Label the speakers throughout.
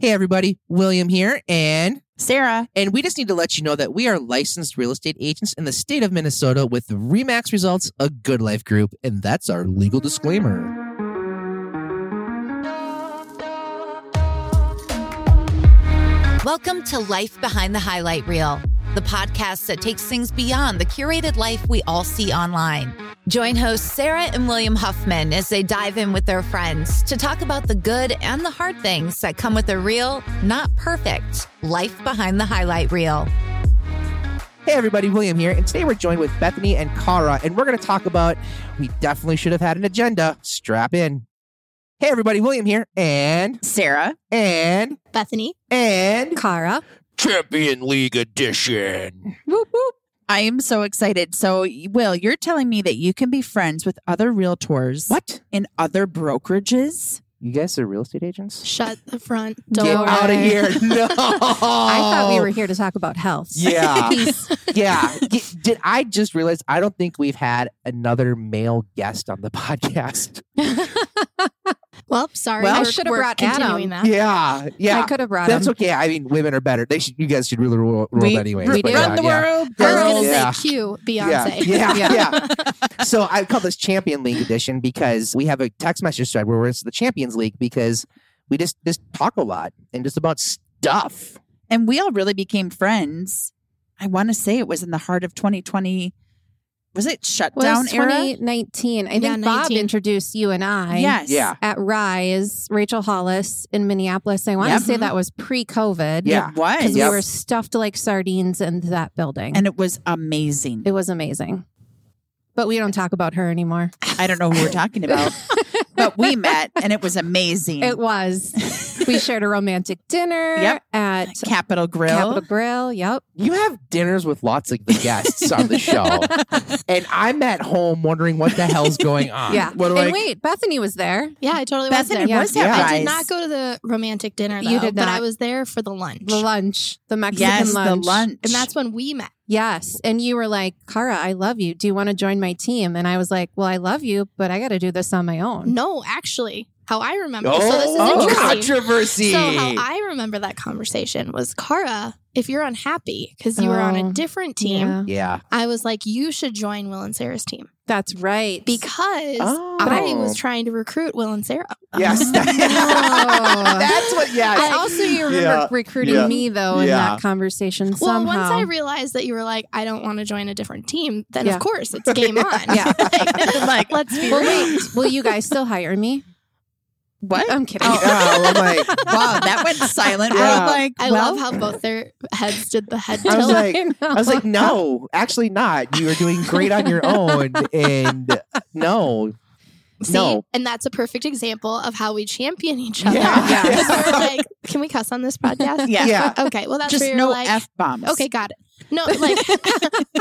Speaker 1: Hey, everybody, William here, and
Speaker 2: Sarah.
Speaker 1: and we just need to let you know that we are licensed real estate agents in the state of Minnesota with Remax Results, a Good Life Group, and that's our legal disclaimer.
Speaker 3: Welcome to Life Behind the Highlight Reel, the podcast that takes things beyond the curated life we all see online. Join hosts Sarah and William Huffman as they dive in with their friends to talk about the good and the hard things that come with a real, not perfect, life behind the highlight reel.
Speaker 1: Hey, everybody, William here, and today we're joined with Bethany and Cara, and we're going to talk about we definitely should have had an agenda. Strap in. Hey, everybody, William here, and
Speaker 2: Sarah.
Speaker 1: and
Speaker 4: Bethany,
Speaker 1: and
Speaker 4: Kara,
Speaker 1: Champion League Edition.
Speaker 2: Whoop, whoop. I am so excited. So, Will, you're telling me that you can be friends with other realtors
Speaker 1: What?
Speaker 2: in other brokerages?
Speaker 1: You guys are real estate agents?
Speaker 4: shut the front door.
Speaker 1: Get out of here! No, I
Speaker 4: I
Speaker 1: thought
Speaker 4: thought we were here to talk about health.
Speaker 1: Yeah.
Speaker 4: Peace.
Speaker 1: yeah. G- Did I just realize I don't think we've had another male guest on the podcast?
Speaker 4: well, sorry.
Speaker 2: Well, I
Speaker 4: we're-
Speaker 3: should've
Speaker 4: we're
Speaker 3: brought
Speaker 4: continuing That.
Speaker 1: Yeah. Yeah.
Speaker 4: I could have brought
Speaker 1: That's
Speaker 4: him.
Speaker 1: okay. I mean, women are better. They should. You guys should really rule the world
Speaker 2: We-
Speaker 1: anyway.
Speaker 4: we do.
Speaker 1: yeah,
Speaker 2: Run the
Speaker 1: yeah.
Speaker 2: world,
Speaker 4: I was
Speaker 2: girls.
Speaker 4: going to
Speaker 1: Yeah.
Speaker 4: say Q,
Speaker 1: Yeah,
Speaker 4: Beyonce.
Speaker 1: yeah,
Speaker 2: Yeah.
Speaker 1: yeah. so I call this Champion League edition because we have a text message thread where it's the Champions League because we just just talk a lot and just about stuff.
Speaker 2: And we all really became friends. I want to say it was in the heart of 2020. Was it
Speaker 4: Well,
Speaker 2: shutdown
Speaker 4: it was
Speaker 2: era?
Speaker 4: 2019. I think
Speaker 3: Yeah,
Speaker 4: Bob
Speaker 3: 19.
Speaker 4: introduced you and I
Speaker 2: Yes.
Speaker 1: Yeah.
Speaker 4: at Rise, Rachel Hollis in Minneapolis. I want
Speaker 2: Yep.
Speaker 4: to say that was pre COVID.
Speaker 1: Yeah.
Speaker 2: It was.
Speaker 4: Because
Speaker 1: Yep.
Speaker 4: we were stuffed like sardines in that building.
Speaker 2: And it was amazing.
Speaker 4: it was amazing. But we don't talk about her anymore.
Speaker 2: I don't know who we're talking about, but we met and it was amazing.
Speaker 4: It was. we shared a romantic dinner
Speaker 2: Yep.
Speaker 4: at
Speaker 2: Capital Grill.
Speaker 4: Capital Grill. Yep.
Speaker 1: You have dinners with lots of the guests on the show, and I'm at home wondering what the hell's going on.
Speaker 4: Yeah.
Speaker 1: What do
Speaker 4: and
Speaker 1: I?
Speaker 4: wait, Bethany was there.
Speaker 3: Yeah, I totally
Speaker 2: Bethany
Speaker 4: there.
Speaker 2: was
Speaker 1: Yeah.
Speaker 2: at
Speaker 3: I
Speaker 2: Rise.
Speaker 3: did not go to the romantic dinner, though,
Speaker 4: You did
Speaker 3: but
Speaker 4: not.
Speaker 3: I was there for the lunch.
Speaker 4: The lunch, the Mexican
Speaker 2: yes,
Speaker 4: lunch.
Speaker 2: the lunch.
Speaker 3: and that's when we met.
Speaker 4: Yes. And you were like, Cara, I love you. Do you want to join my team? And I was like, Well, I love you, but I got to do this on my own.
Speaker 3: No, actually, how I remember.
Speaker 1: Oh,
Speaker 3: so this is
Speaker 1: oh,
Speaker 3: interesting.
Speaker 1: controversy.
Speaker 3: So how I remember that conversation was Cara, if you're unhappy because you were on
Speaker 4: Oh,
Speaker 3: a different team,
Speaker 4: Yeah.
Speaker 1: yeah.
Speaker 3: I was like, you should join Will and Sarah's team
Speaker 4: That's right.
Speaker 3: because
Speaker 1: Oh.
Speaker 3: I was trying to recruit Will and Sarah.
Speaker 5: Oh.
Speaker 1: Yes. That's what. Yeah.
Speaker 4: I also you remember
Speaker 1: Yeah.
Speaker 4: recruiting
Speaker 1: Yeah.
Speaker 4: me though in
Speaker 1: Yeah.
Speaker 4: that conversation
Speaker 3: Well,
Speaker 4: somehow.
Speaker 3: once I realized that you were like, I don't want to join a different team, then
Speaker 4: Yeah.
Speaker 3: of course it's game on.
Speaker 4: Yeah.
Speaker 3: like, like, let's be
Speaker 4: well,
Speaker 3: real.
Speaker 4: wait, will you guys still hire me?
Speaker 2: what?
Speaker 4: I'm kidding.
Speaker 2: Oh.
Speaker 1: Oh, I'm like,
Speaker 2: wow, that went silent.
Speaker 1: Yeah.
Speaker 2: I was like,
Speaker 3: I
Speaker 2: well,
Speaker 3: love how both their heads did the head
Speaker 1: I was
Speaker 3: tilt.
Speaker 1: like-
Speaker 4: I know.
Speaker 1: I was like, no, actually not. You are doing great on your own, and no,
Speaker 3: See?
Speaker 1: no.
Speaker 3: And that's a perfect example of how we champion each other.
Speaker 1: Yeah.
Speaker 2: Yeah.
Speaker 3: Because we're like, can we cuss on this podcast?
Speaker 2: yeah,
Speaker 1: Yeah.
Speaker 3: Okay. Well, that's
Speaker 2: just
Speaker 3: where you're
Speaker 2: no
Speaker 3: like,
Speaker 2: f bombs.
Speaker 3: okay, got it. No, like,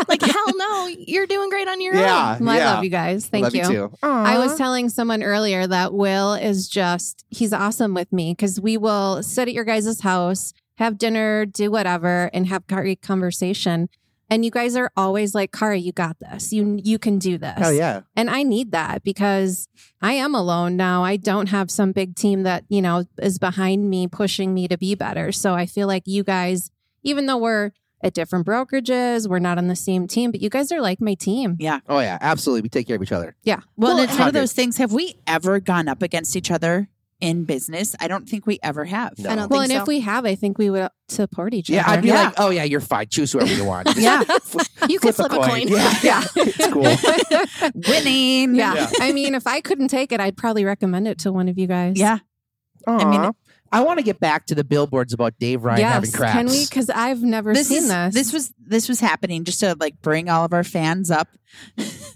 Speaker 3: like hell no, you're doing great on your own.
Speaker 1: Yeah.
Speaker 4: Well, I
Speaker 1: yeah.
Speaker 4: love you guys.
Speaker 1: I
Speaker 4: Thank
Speaker 1: love you. too.
Speaker 4: I was telling someone earlier that Will is just, he's awesome with me because we will sit at your guys' house, have dinner, do whatever, and have great conversation. And you guys are always like, Kara, you got this. You you can do this.
Speaker 1: Hell Oh, yeah.
Speaker 4: And I need that because I am alone now. I don't have some big team that, you know, is behind me pushing me to be better. So I feel like you guys, even though we're at different brokerages, we're not on the same team, but you guys are like my team.
Speaker 2: Yeah.
Speaker 1: Oh yeah, absolutely. We take care of each other.
Speaker 4: Yeah.
Speaker 2: Well,
Speaker 3: Well,
Speaker 2: and it's one of
Speaker 1: 100.
Speaker 2: those things. Have we ever gone up against each other in business? I don't think we ever have.
Speaker 1: No.
Speaker 3: I don't
Speaker 4: Well,
Speaker 3: think
Speaker 4: and
Speaker 3: so.
Speaker 4: if we have, I think we would uh, support each
Speaker 1: Yeah, I'd
Speaker 4: other.
Speaker 1: be
Speaker 2: Yeah.
Speaker 1: like, oh yeah, you're fine. Choose whoever you want.
Speaker 2: Yeah.
Speaker 3: you could flip a coin.
Speaker 1: Yeah, yeah. it's cool.
Speaker 2: Winning.
Speaker 4: yeah.
Speaker 1: Yeah.
Speaker 4: I mean, if I couldn't take it, I'd probably recommend it to one of you guys.
Speaker 2: Yeah.
Speaker 1: I
Speaker 2: mean,
Speaker 1: mean, I want to get back to the billboards about Dave Ryan having
Speaker 4: yes.
Speaker 1: crabs.
Speaker 4: Can we? Because I've never
Speaker 2: This
Speaker 4: seen
Speaker 2: is,
Speaker 4: this.
Speaker 2: this was this was happening just to like bring all of our fans up.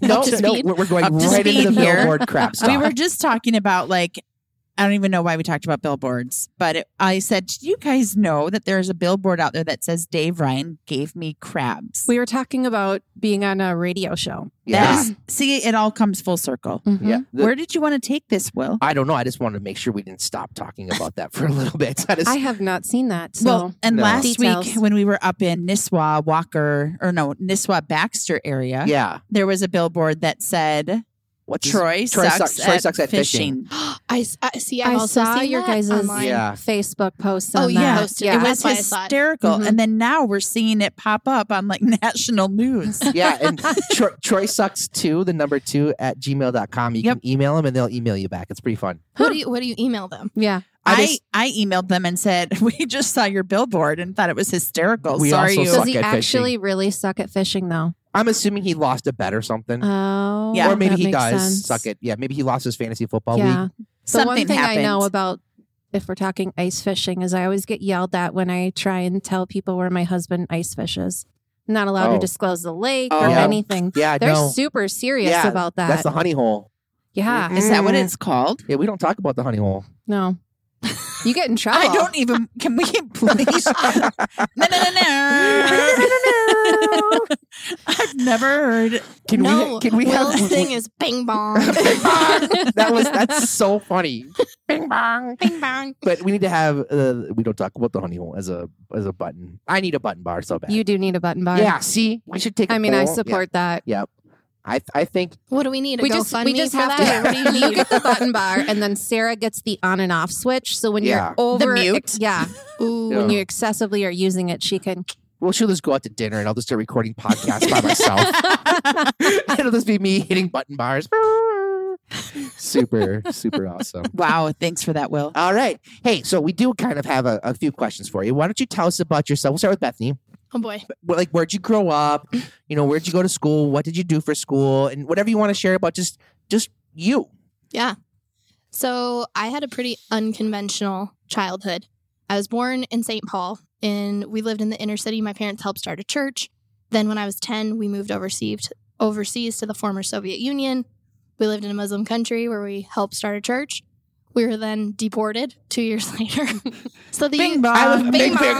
Speaker 1: No,
Speaker 2: up to
Speaker 1: no,
Speaker 2: speed.
Speaker 1: we're we're going
Speaker 2: Up to
Speaker 1: right into the
Speaker 2: speed here.
Speaker 1: billboard crap stuff.
Speaker 2: We were just talking about like I don't even know why we talked about billboards, but it, I said, "Do you guys know that there's a billboard out there that says Dave Ryan gave me crabs?"
Speaker 4: we were talking about being on a radio show.
Speaker 1: yeah.
Speaker 2: That's- See, it all comes full circle.
Speaker 4: Mhm.
Speaker 1: yeah. The-
Speaker 2: Where did you want to take this, Will?
Speaker 1: I don't know. I just wanted to make sure we didn't stop talking about that for a little bit. I just,
Speaker 4: I have not seen that. So.
Speaker 2: well, and
Speaker 1: No.
Speaker 2: last week
Speaker 4: Details.
Speaker 2: when we were up in Nisswa Walker or no Nisswa Baxter area,
Speaker 1: yeah.
Speaker 2: there was a billboard that said
Speaker 1: What's his-
Speaker 2: Troy,
Speaker 1: Troy
Speaker 2: sucks,
Speaker 1: sucks- Troy sucks at fishing.
Speaker 5: I, s- I- see. I've
Speaker 4: I
Speaker 5: also
Speaker 4: saw
Speaker 5: seen
Speaker 4: your
Speaker 5: that
Speaker 4: guys'
Speaker 5: online.
Speaker 1: Yeah.
Speaker 4: Facebook posts.
Speaker 5: Oh,
Speaker 4: on
Speaker 5: yeah.
Speaker 4: that.
Speaker 5: Posted.
Speaker 4: yeah.
Speaker 2: It
Speaker 5: That's
Speaker 2: was
Speaker 5: why I saw it.
Speaker 2: hysterical.
Speaker 4: Mhm.
Speaker 2: And then now we're seeing it pop up on like national news.
Speaker 1: yeah, and Tro- Troy sucks too, the number two at gmail.com. You
Speaker 2: Yep.
Speaker 1: can email them and they'll email you back. It's pretty fun.
Speaker 5: What do you What do you email them?
Speaker 4: yeah.
Speaker 1: I
Speaker 2: I,
Speaker 1: just-
Speaker 2: I emailed them and said, We just saw your billboard and thought it was hysterical.
Speaker 1: We
Speaker 2: Sorry
Speaker 1: also
Speaker 2: you
Speaker 1: suck
Speaker 4: Does he
Speaker 1: at fishing.
Speaker 4: actually really suck at fishing though?
Speaker 1: I'm assuming he lost a bet or something.
Speaker 4: Oh,
Speaker 2: Yeah.
Speaker 1: or maybe
Speaker 4: that
Speaker 1: he
Speaker 4: makes
Speaker 1: does
Speaker 4: sense.
Speaker 1: suck it. Yeah, maybe he lost his fantasy football
Speaker 4: yeah.
Speaker 1: league.
Speaker 4: The
Speaker 2: something
Speaker 4: one thing
Speaker 2: happened.
Speaker 4: I know about if we're talking ice fishing is I always get yelled at when I try and tell people where my husband ice fishes. Not allowed
Speaker 1: Oh.
Speaker 4: to disclose the lake
Speaker 2: Oh.
Speaker 4: or
Speaker 1: Yeah.
Speaker 4: anything.
Speaker 1: Yeah,
Speaker 4: They're
Speaker 1: no.
Speaker 4: super serious
Speaker 1: Yeah,
Speaker 4: about that.
Speaker 1: That's the honey hole.
Speaker 4: yeah.
Speaker 2: Is that
Speaker 4: Mm.
Speaker 2: what it's called?
Speaker 1: Yeah, we don't talk about the honey hole.
Speaker 4: No. You get in trouble.
Speaker 2: I don't even. Can we please? no, no, no, no. I've never heard.
Speaker 1: Can
Speaker 5: no,
Speaker 1: we can we
Speaker 5: Will's
Speaker 1: have
Speaker 5: thing is bing bong,
Speaker 1: Bing bong. that was that's so funny. Bing bong.
Speaker 5: bing bong.
Speaker 1: But we need to have uh, we don't talk about the honey hole as a as a button. I need a button bar so bad.
Speaker 4: You do need a button bar.
Speaker 1: yeah, see, we should take. a
Speaker 4: I mean, I
Speaker 1: poll.
Speaker 4: support that.
Speaker 1: Yeah. Yep. I I think
Speaker 5: What do we need? A
Speaker 4: We just
Speaker 5: GoFundMe
Speaker 4: we just
Speaker 5: for
Speaker 4: have
Speaker 5: that?
Speaker 4: to.
Speaker 5: What do you
Speaker 4: you
Speaker 5: need?
Speaker 4: get the button bar, and then Sarah gets the on and off switch. So when
Speaker 1: Yeah.
Speaker 4: you're over,
Speaker 2: mute?
Speaker 4: ex- yeah,
Speaker 5: Ooh,
Speaker 1: Yeah.
Speaker 4: when you excessively are using it, she can.
Speaker 1: we'll she'll just go out to dinner and I'll just start recording podcasts by myself. It'll just be me hitting button bars. super super awesome.
Speaker 2: wow. Thanks for that, Will.
Speaker 1: All right. Hey, so we do kind of have a, a few questions for you. Why don't you tell us about yourself? We'll start with Bethany.
Speaker 5: oh boy.
Speaker 1: Wh- Like, where'd you grow up? You know, where'd you go to school? What did you do for school? And whatever you want to share about just just you.
Speaker 5: So I had a pretty unconventional childhood. I was born in St. Paul and we lived in the inner city. My parents helped start a church. Then when I was 10, we moved overseas overseas to the former Soviet Union. We lived in a Muslim country where we helped start a church. We were then deported two years later. so the
Speaker 2: Bing bong.
Speaker 1: I,
Speaker 5: Bing
Speaker 1: was, bing, bing.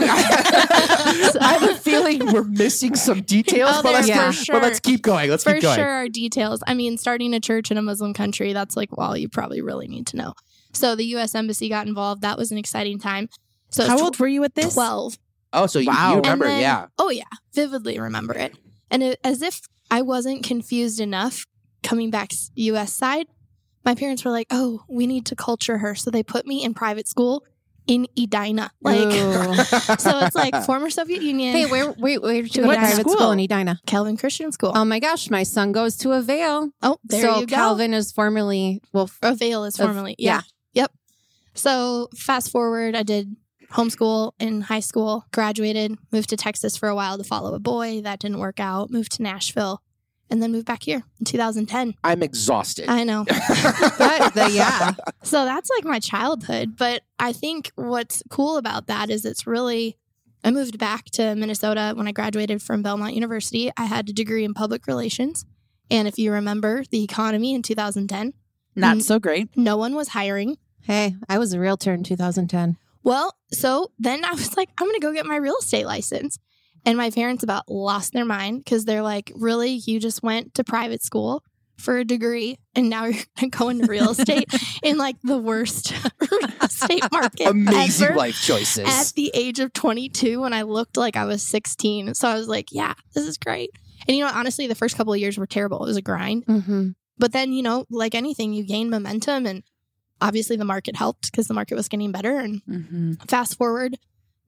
Speaker 5: bong.
Speaker 1: I have a feeling we're missing some details,
Speaker 5: Oh,
Speaker 1: but,
Speaker 5: there's
Speaker 1: let's,
Speaker 4: for
Speaker 1: but
Speaker 5: sure.
Speaker 1: let's keep going. Let's
Speaker 5: for
Speaker 1: keep going.
Speaker 5: sure are details. I mean, starting a church in a Muslim country, that's like, well, you probably really need to know. So the U.S. Embassy got involved. That was an exciting time. So it was
Speaker 2: How old were you at this?
Speaker 5: 12.
Speaker 1: Oh, so you,
Speaker 2: Wow.
Speaker 1: you
Speaker 2: And
Speaker 1: remember,
Speaker 5: And then-
Speaker 1: yeah.
Speaker 5: Oh, yeah. Vividly remember it. And it, as if I wasn't confused enough coming back s- US side, my parents were like, oh, we need to culture her. So they put me in private school in Edina. Like,
Speaker 4: Ooh.
Speaker 5: so it's like former Soviet Union,
Speaker 4: hey, where wait, where did you go
Speaker 2: What
Speaker 4: to private
Speaker 2: school?
Speaker 4: school? in Edina?
Speaker 5: Calvin Christian School.
Speaker 4: Oh my gosh, my son goes to a veil.
Speaker 5: oh, there
Speaker 4: so
Speaker 5: you go.
Speaker 4: Calvin is formerly well. f-
Speaker 5: Or Vail is
Speaker 4: Of-
Speaker 5: formerly. yeah. Yep. So fast forward, I did homeschool in high school, graduated, moved to Texas for a while to follow a boy. That didn't work out. Moved to Nashville and then moved back here in 2010.
Speaker 1: I'm exhausted.
Speaker 5: I know.
Speaker 2: But the- yeah.
Speaker 5: So that's like my childhood. But I think what's cool about that is it's really, I moved back to Minnesota when I graduated from Belmont University. I had a degree in public relations. And if you remember the economy in 2010,
Speaker 2: Not so great.
Speaker 5: no one was hiring.
Speaker 4: Hey, I was a realtor in 2010.
Speaker 5: Well, so then I was like, I'm going to go get my real estate license. And my parents about lost their mind because they're like, really? You just went to private school for a degree and now you're going to go into real estate in like the worst real estate market
Speaker 1: Amazing
Speaker 5: ever
Speaker 1: life choices.
Speaker 5: at the age of 22 when I looked like I was 16. So I was like, yeah, this is great. And you know, honestly, the first couple of years were terrible. It was a grind.
Speaker 4: Mm-hmm.
Speaker 5: But then, you know, like anything, you gain momentum. And obviously, the market helped because the market was getting better. And
Speaker 2: Mm-hmm.
Speaker 5: fast forward,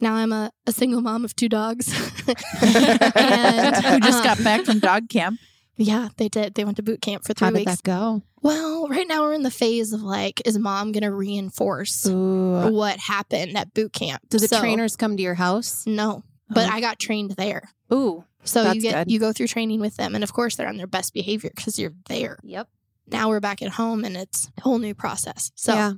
Speaker 5: now I'm a, a single mom of two dogs. um,
Speaker 1: And-
Speaker 2: Who just got back from dog camp?
Speaker 5: Yeah, they did. They went to boot camp for three
Speaker 4: How did
Speaker 5: weeks.
Speaker 4: that go?
Speaker 5: Well, right now we're in the phase of like, is mom going to reinforce
Speaker 4: Ooh.
Speaker 5: what happened at boot camp?
Speaker 4: Do the
Speaker 5: So,
Speaker 4: trainers come to your house?
Speaker 5: No, but I got trained there.
Speaker 4: Ooh.
Speaker 5: So you
Speaker 4: Oh. That's
Speaker 5: get
Speaker 4: good.
Speaker 5: you go through training with them, and of course they're on their best behavior because you're there.
Speaker 4: Yep.
Speaker 5: Now we're back at home, and it's a whole new process. So
Speaker 4: yeah.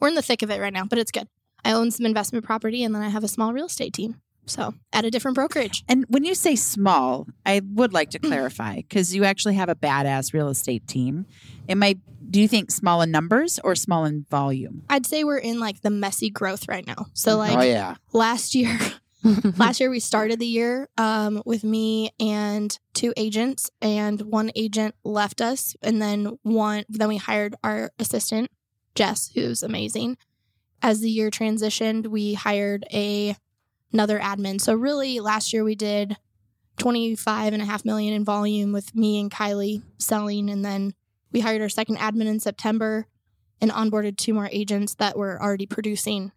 Speaker 5: we're in the thick of it right now, but it's good. I own some investment property and then I have a small real estate team. So at a different brokerage.
Speaker 2: And when you say small, I would like to clarify because you actually have a badass real estate team. Am I? Do you think small in numbers or small in volume?
Speaker 5: I'd say we're in like the messy growth right now. So like
Speaker 1: oh, yeah.
Speaker 5: last year, last year we started the year um, with me and two agents and one agent left us and then one then we hired our assistant jess who's amazing as the year transitioned we hired a another admin so really last year we did 25 and a half million in volume with me and kylie selling and then We hired our second admin in September and onboarded two more agents that were already producing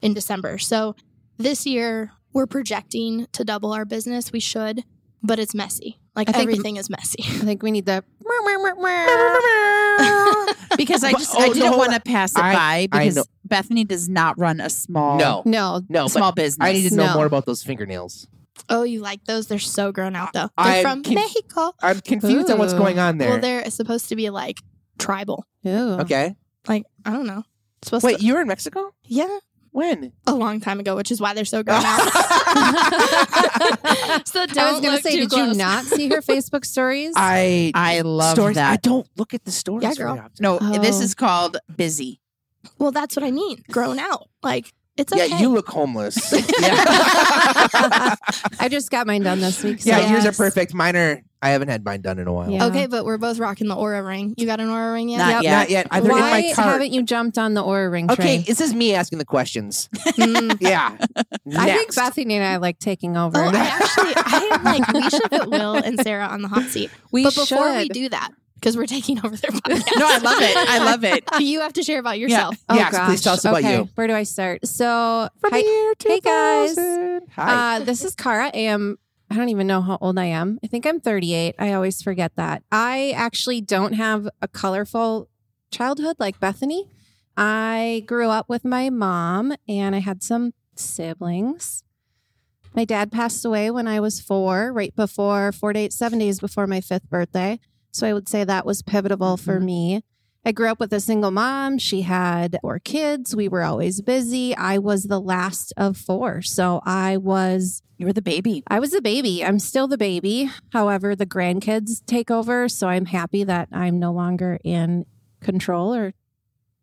Speaker 5: in December. So this year, we're projecting to double our business. We should, but it's messy. Like
Speaker 4: I think-
Speaker 5: everything is messy.
Speaker 4: I think we need the.
Speaker 2: because I
Speaker 1: But-
Speaker 2: just
Speaker 1: oh,
Speaker 2: I
Speaker 1: no,
Speaker 2: didn't
Speaker 1: hold
Speaker 2: want to pass it
Speaker 1: I-
Speaker 2: by because
Speaker 1: know.
Speaker 2: Bethany does not run a small
Speaker 1: No,
Speaker 4: No,
Speaker 1: no. but
Speaker 2: small business.
Speaker 1: I need to know
Speaker 4: No.
Speaker 1: more about those fingernails.
Speaker 5: Oh, you like those? They're so grown out though. They're
Speaker 1: I'm
Speaker 5: from
Speaker 1: conf-
Speaker 5: Mexico.
Speaker 1: I'm confused on what's
Speaker 4: Ooh.
Speaker 1: going on there.
Speaker 5: Well, they're supposed to be like tribal.
Speaker 4: Ew.
Speaker 1: okay.
Speaker 5: Like I don't know. It's supposed
Speaker 1: Wait,
Speaker 5: to
Speaker 1: you were in Mexico?
Speaker 5: yeah,
Speaker 1: When?
Speaker 5: a long time ago, which is why they're so grown out. so don't
Speaker 4: I was gonna
Speaker 5: look
Speaker 4: say,
Speaker 5: too
Speaker 4: did you
Speaker 5: close.
Speaker 4: not see her Facebook stories?
Speaker 1: I
Speaker 2: I love
Speaker 1: stories. I
Speaker 2: that.
Speaker 1: don't look at the stories.
Speaker 5: Yeah, girl.
Speaker 1: very often.
Speaker 2: No, this
Speaker 4: Oh.
Speaker 2: is called busy.
Speaker 5: Well, that's what I mean. Grown out. Like it's okay.
Speaker 1: Yeah, you look homeless. yeah.
Speaker 4: I just got mine done this week. So.
Speaker 1: yeah, yours are
Speaker 5: Yes.
Speaker 1: perfect. Mine are. I haven't had mine done in a while.
Speaker 4: Yeah.
Speaker 5: Okay, but we're both rocking the aura ring. You got an aura ring yet?
Speaker 2: Not
Speaker 4: Yep.
Speaker 2: yet.
Speaker 1: Not yet. I, they're in
Speaker 4: Why
Speaker 1: my cart.
Speaker 4: haven't you jumped on the aura ring
Speaker 1: Okay,
Speaker 4: train?
Speaker 1: this is me asking the questions.
Speaker 5: Mm.
Speaker 1: Yeah.
Speaker 4: I think
Speaker 1: Next.
Speaker 4: Bethany and I like taking over.
Speaker 5: Oh, I actually, I am like, we should put Will and Sarah on the hot seat.
Speaker 4: we
Speaker 5: but before
Speaker 4: should.
Speaker 5: we do that, because we're taking over their podcast.
Speaker 2: No, I love it. I love it.
Speaker 5: You have to share about yourself.
Speaker 4: oh,
Speaker 1: Yes,
Speaker 4: gosh.
Speaker 1: please tell us about
Speaker 4: okay.
Speaker 1: you.
Speaker 4: Where do I start? So,
Speaker 1: From
Speaker 4: hi,
Speaker 1: the year
Speaker 4: hey, guys.
Speaker 1: 2000. Hi.
Speaker 4: Uh, this is Kara. I am. I don't even know how old I am. I think I'm 38. I always forget that. I actually don't have a colorful childhood like Bethany. I grew up with my mom and I had some siblings. My dad passed away when I was four, right before four to eight, seven days before my fifth birthday. So I would say that was pivotal for
Speaker 1: Mm-hmm.
Speaker 2: Mhm.
Speaker 4: me. I grew up with a single mom. She had four kids. We were always busy. I was the last of four. So I was
Speaker 2: You were the baby.
Speaker 4: I was a baby. I'm still the baby. However, the grandkids take over, so I'm happy that I'm no longer in control or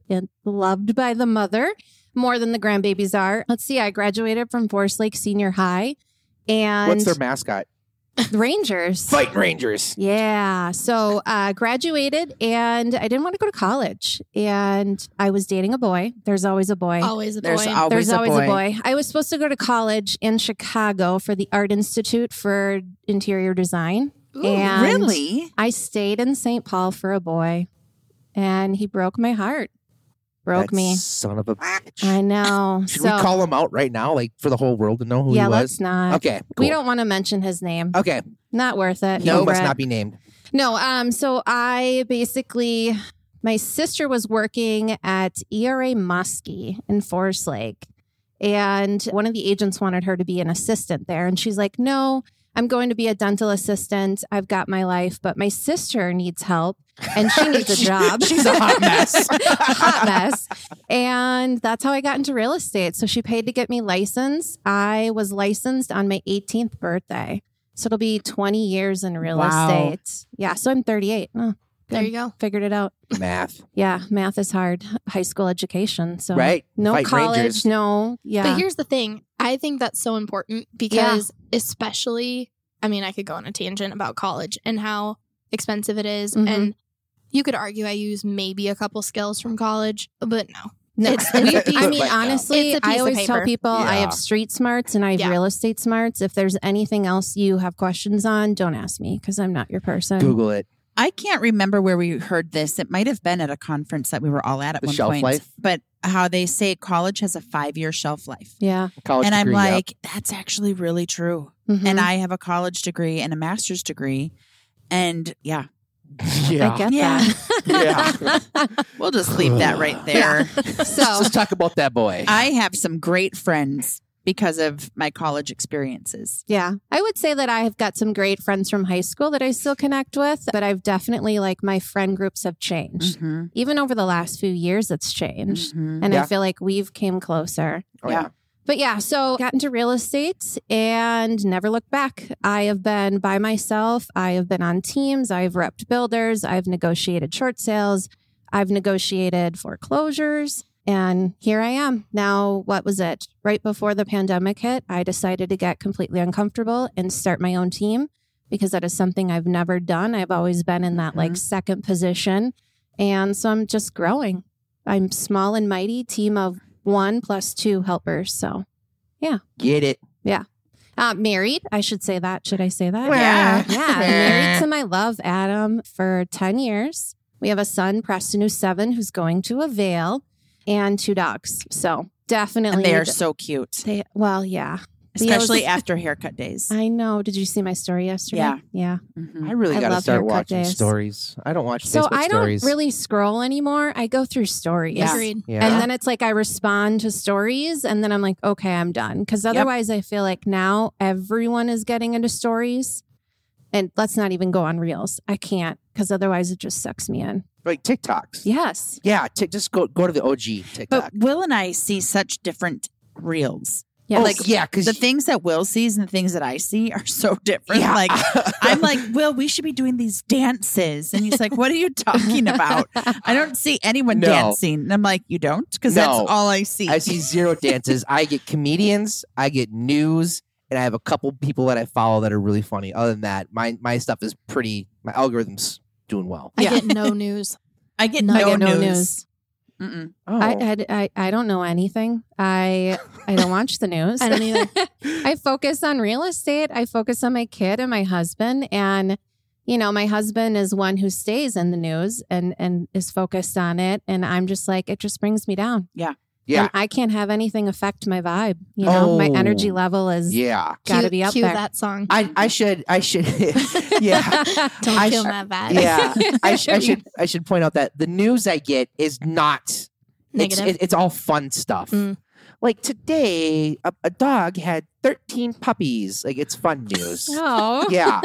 Speaker 4: in, loved by the mother more than the grandbabies are. Let's see. I graduated from Forest Lake Senior High and
Speaker 1: What's their mascot?
Speaker 4: Rangers.
Speaker 1: Fight Rangers.
Speaker 4: Yeah. So uh, graduated and I didn't want to go to college. And I was dating a boy. There's always a boy.
Speaker 5: Always a boy.
Speaker 2: There's always,
Speaker 4: There's
Speaker 2: a,
Speaker 4: always
Speaker 2: boy.
Speaker 4: a boy. I was supposed to go to college in Chicago for the Art Institute for Interior Design.
Speaker 5: Ooh.
Speaker 4: and-
Speaker 2: Really?
Speaker 4: I stayed in St. Paul for a boy and he broke my heart. Broke
Speaker 1: That
Speaker 4: me.
Speaker 1: Son of a bitch.
Speaker 4: I know.
Speaker 1: Should
Speaker 4: so,
Speaker 1: we call him out right now, like for the whole world to know who
Speaker 4: yeah,
Speaker 1: he was?
Speaker 4: let's not.
Speaker 1: Okay.
Speaker 4: We
Speaker 1: cool.
Speaker 4: don't want to mention his name.
Speaker 1: Okay.
Speaker 4: Not worth it.
Speaker 1: He
Speaker 4: Over
Speaker 1: must
Speaker 4: it.
Speaker 1: not be named.
Speaker 4: No, um, so I basically my sister was working at ERA Muskie in Forest Lake, and one of the agents wanted her to be an assistant there, and she's like, "No, I'm going to be a dental assistant. I've got my life, but my sister needs help, and she needs a job.
Speaker 1: She's a hot mess.
Speaker 4: hot mess. And that's how I got into real estate. So she paid to get me licensed. I was licensed on my 18th birthday. So it'll be 20 years in real
Speaker 2: Wow.
Speaker 4: estate. Yeah. So I'm 38. Oh,
Speaker 5: There you go.
Speaker 4: figured it out.
Speaker 1: Math.
Speaker 4: Yeah. Math is hard. High school education. So
Speaker 1: Right?
Speaker 4: no
Speaker 1: Fight
Speaker 4: college.
Speaker 1: Rangers.
Speaker 4: No. Yeah.
Speaker 5: But here's the thing. I think that's so important because especially I mean, I could go on a tangent about college and how expensive it is.
Speaker 4: Mhm.
Speaker 5: and you could argue I use maybe a couple skills from college, but no.
Speaker 4: No.
Speaker 5: It's- it's a
Speaker 4: I mean,
Speaker 1: piece-
Speaker 4: honestly,
Speaker 5: It's a piece
Speaker 4: I
Speaker 5: of
Speaker 4: always tell
Speaker 5: paper.
Speaker 4: people I
Speaker 1: Yeah.
Speaker 4: have street smarts and I have
Speaker 5: Yeah.
Speaker 4: real estate smarts. If there's anything else you have questions on, don't ask me because I'm not your person.
Speaker 1: Google it.
Speaker 2: I can't remember where we heard this. It might have been at a conference that we were all at at
Speaker 1: The
Speaker 2: one
Speaker 1: shelf
Speaker 2: point.
Speaker 1: life?
Speaker 2: But how they say college has a five year shelf life.
Speaker 4: Yeah.
Speaker 1: College
Speaker 2: and I'm
Speaker 1: degree, yeah.
Speaker 2: like, that's actually really true.
Speaker 4: Mhm.
Speaker 2: And I have a college degree and a master's degree. And yeah,
Speaker 1: yeah.
Speaker 4: I get
Speaker 2: Yeah.
Speaker 1: Yeah.
Speaker 4: that.
Speaker 2: we'll just leave that right there.
Speaker 4: so
Speaker 1: Let's talk about that boy.
Speaker 2: I have some great friends because of my college experiences.
Speaker 4: yeah, I would say that I have got some great friends from high school that I still connect with, but I've definitely like my friend groups have changed.
Speaker 2: Mhm.
Speaker 4: Even over the last few years, it's changed,
Speaker 2: Mhm.
Speaker 4: and
Speaker 1: Yeah.
Speaker 4: I feel like we've came closer.
Speaker 1: Oh,
Speaker 2: yeah.
Speaker 4: But yeah, so got into real estate and never looked back. I have been by myself. I have been on teams. I've repped builders. I've negotiated short sales. I've negotiated foreclosures. And here I am. Now, what was it? Right before the pandemic hit, I decided to get completely uncomfortable and start my own team because that is something I've never done. I've always been in that like
Speaker 2: Mhm.
Speaker 4: second position. And so I'm just growing. I'm small and mighty, team of one plus two helpers. So
Speaker 1: Get it.
Speaker 4: uh, married, I should say that. Should I say that?
Speaker 2: Yeah.
Speaker 4: Yeah. I'm married to my love, Adam, for 10 years. We have a son, Preston, who's seven, who's going to a veil, and two dogs. So definitely,
Speaker 2: And they are so cute,
Speaker 4: They, well, yeah, Leo's-
Speaker 2: especially after haircut days.
Speaker 4: I know. Did you see my story yesterday?
Speaker 2: Yeah.
Speaker 4: yeah.
Speaker 2: Mhm.
Speaker 1: I really
Speaker 4: Mm, I
Speaker 1: got to
Speaker 4: love
Speaker 1: start
Speaker 4: haircut
Speaker 1: watching
Speaker 4: days.
Speaker 1: stories. I don't watch
Speaker 4: So
Speaker 1: Facebook
Speaker 4: I don't
Speaker 1: stories.
Speaker 4: really scroll anymore. I go through stories.
Speaker 2: Yeah.
Speaker 5: Agreed.
Speaker 1: yeah.
Speaker 4: And then it's like I respond to stories and then I'm like, okay, I'm done. Cause otherwise I feel like now everyone is getting into stories. And let's not even go on reels. I can't because otherwise it just sucks me in.
Speaker 1: like TikToks.
Speaker 4: Yes.
Speaker 1: Yeah, tick just go go to the OG TikTok.
Speaker 2: But Will and I see such different reels.
Speaker 4: Yes.
Speaker 1: oh,
Speaker 2: like,
Speaker 1: yeah, because
Speaker 2: The things that Will sees and the things that I see are so different.
Speaker 1: yeah.
Speaker 2: Like I'm like, Will, we should be doing these dances. And he's like, What are you talking about? I don't see anyone
Speaker 1: No.
Speaker 2: dancing. And I'm like, You don't? Because
Speaker 1: No.
Speaker 2: that's all I see.
Speaker 1: I see zero dances. I get comedians, I get news, and I have a couple people that I follow that are really funny. Other than that, my my stuff is pretty. My algorithm's doing well.
Speaker 5: I
Speaker 2: Yeah.
Speaker 5: get no news.
Speaker 2: I get
Speaker 5: No,
Speaker 2: no,
Speaker 5: I
Speaker 4: get no
Speaker 2: news. Mm-mm.
Speaker 1: Oh,
Speaker 4: I, I, I, I don't know anything. I I don't watch the news.
Speaker 5: I don't either.
Speaker 4: I focus on real estate. I focus on my kid and my husband. And, you know, my husband is one who stays in the news and and is focused on it. And I'm just like, it just brings me down.
Speaker 1: yeah,
Speaker 4: And I can't have anything affect my vibe. You know, my
Speaker 1: Oh.
Speaker 4: energy level is
Speaker 1: yeah.
Speaker 4: gotta
Speaker 5: Cue-
Speaker 4: be up
Speaker 5: cue
Speaker 4: there.
Speaker 5: that song.
Speaker 1: I I should I should yeah.
Speaker 5: Don't
Speaker 1: I
Speaker 5: kill
Speaker 1: sh-
Speaker 5: my vibe.
Speaker 1: Yeah, I, sh- I should I should point out that the news I get is not it's,
Speaker 5: Negative.
Speaker 1: it- it's all fun stuff.
Speaker 5: Mm.
Speaker 1: Like today, a, a dog had thirteen puppies. Like it's fun news.
Speaker 4: Oh.
Speaker 1: yeah,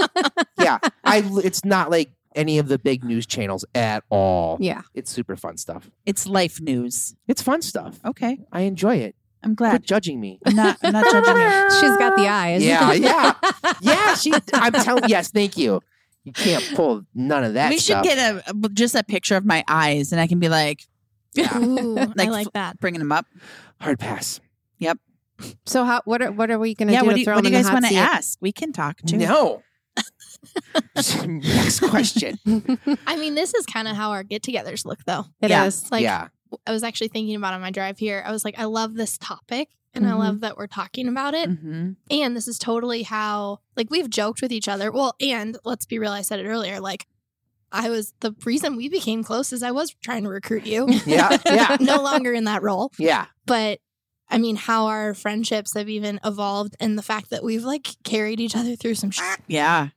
Speaker 1: yeah. I l- it's not like any of the big news channels at all.
Speaker 4: Yeah.
Speaker 1: It's super fun stuff.
Speaker 2: It's life news.
Speaker 1: It's fun stuff.
Speaker 2: Okay.
Speaker 1: I enjoy it.
Speaker 2: I'm
Speaker 1: Quit
Speaker 2: glad.
Speaker 1: judging me.
Speaker 2: I'm not, I'm not judging you.
Speaker 4: She's got the eyes.
Speaker 1: Yeah, yeah, yeah. She. I'm telling. Yes, thank you. You can't pull none of that.
Speaker 2: we should
Speaker 1: stuff.
Speaker 2: get a a- just a picture of my eyes, and I can be like
Speaker 5: Ooh, I
Speaker 2: Like
Speaker 5: like
Speaker 2: f-
Speaker 5: that.
Speaker 2: bringing them up.
Speaker 1: hard pass.
Speaker 4: So how what are what are we gonna
Speaker 2: yeah,
Speaker 4: do
Speaker 2: what
Speaker 4: to
Speaker 2: do you,
Speaker 4: throw
Speaker 2: what do
Speaker 4: them
Speaker 2: you guys
Speaker 4: in the hot
Speaker 2: want to
Speaker 4: seat?
Speaker 2: ask? We can talk too.
Speaker 1: No. Next question.
Speaker 5: I mean, this is kind of how our get-togethers look, though.
Speaker 4: It
Speaker 2: Yeah.
Speaker 4: is.
Speaker 5: Like,
Speaker 1: yeah.
Speaker 5: I was actually thinking about on my drive here. I was like, I love this topic, and I
Speaker 1: Mm-hmm.
Speaker 4: Mhm.
Speaker 5: love that we're talking about
Speaker 1: Mm.
Speaker 5: it.
Speaker 2: Mhm.
Speaker 5: And this is totally how, like, we've joked with each other. Well, and let's be real, I said it earlier. Like, I was the reason we became close is I was trying to recruit you.
Speaker 1: Yeah. Yeah.
Speaker 5: no longer in that role,
Speaker 1: Yeah.
Speaker 5: but I mean, how our friendships have even evolved, and the fact that we've like carried each other through some sh-
Speaker 2: Yeah.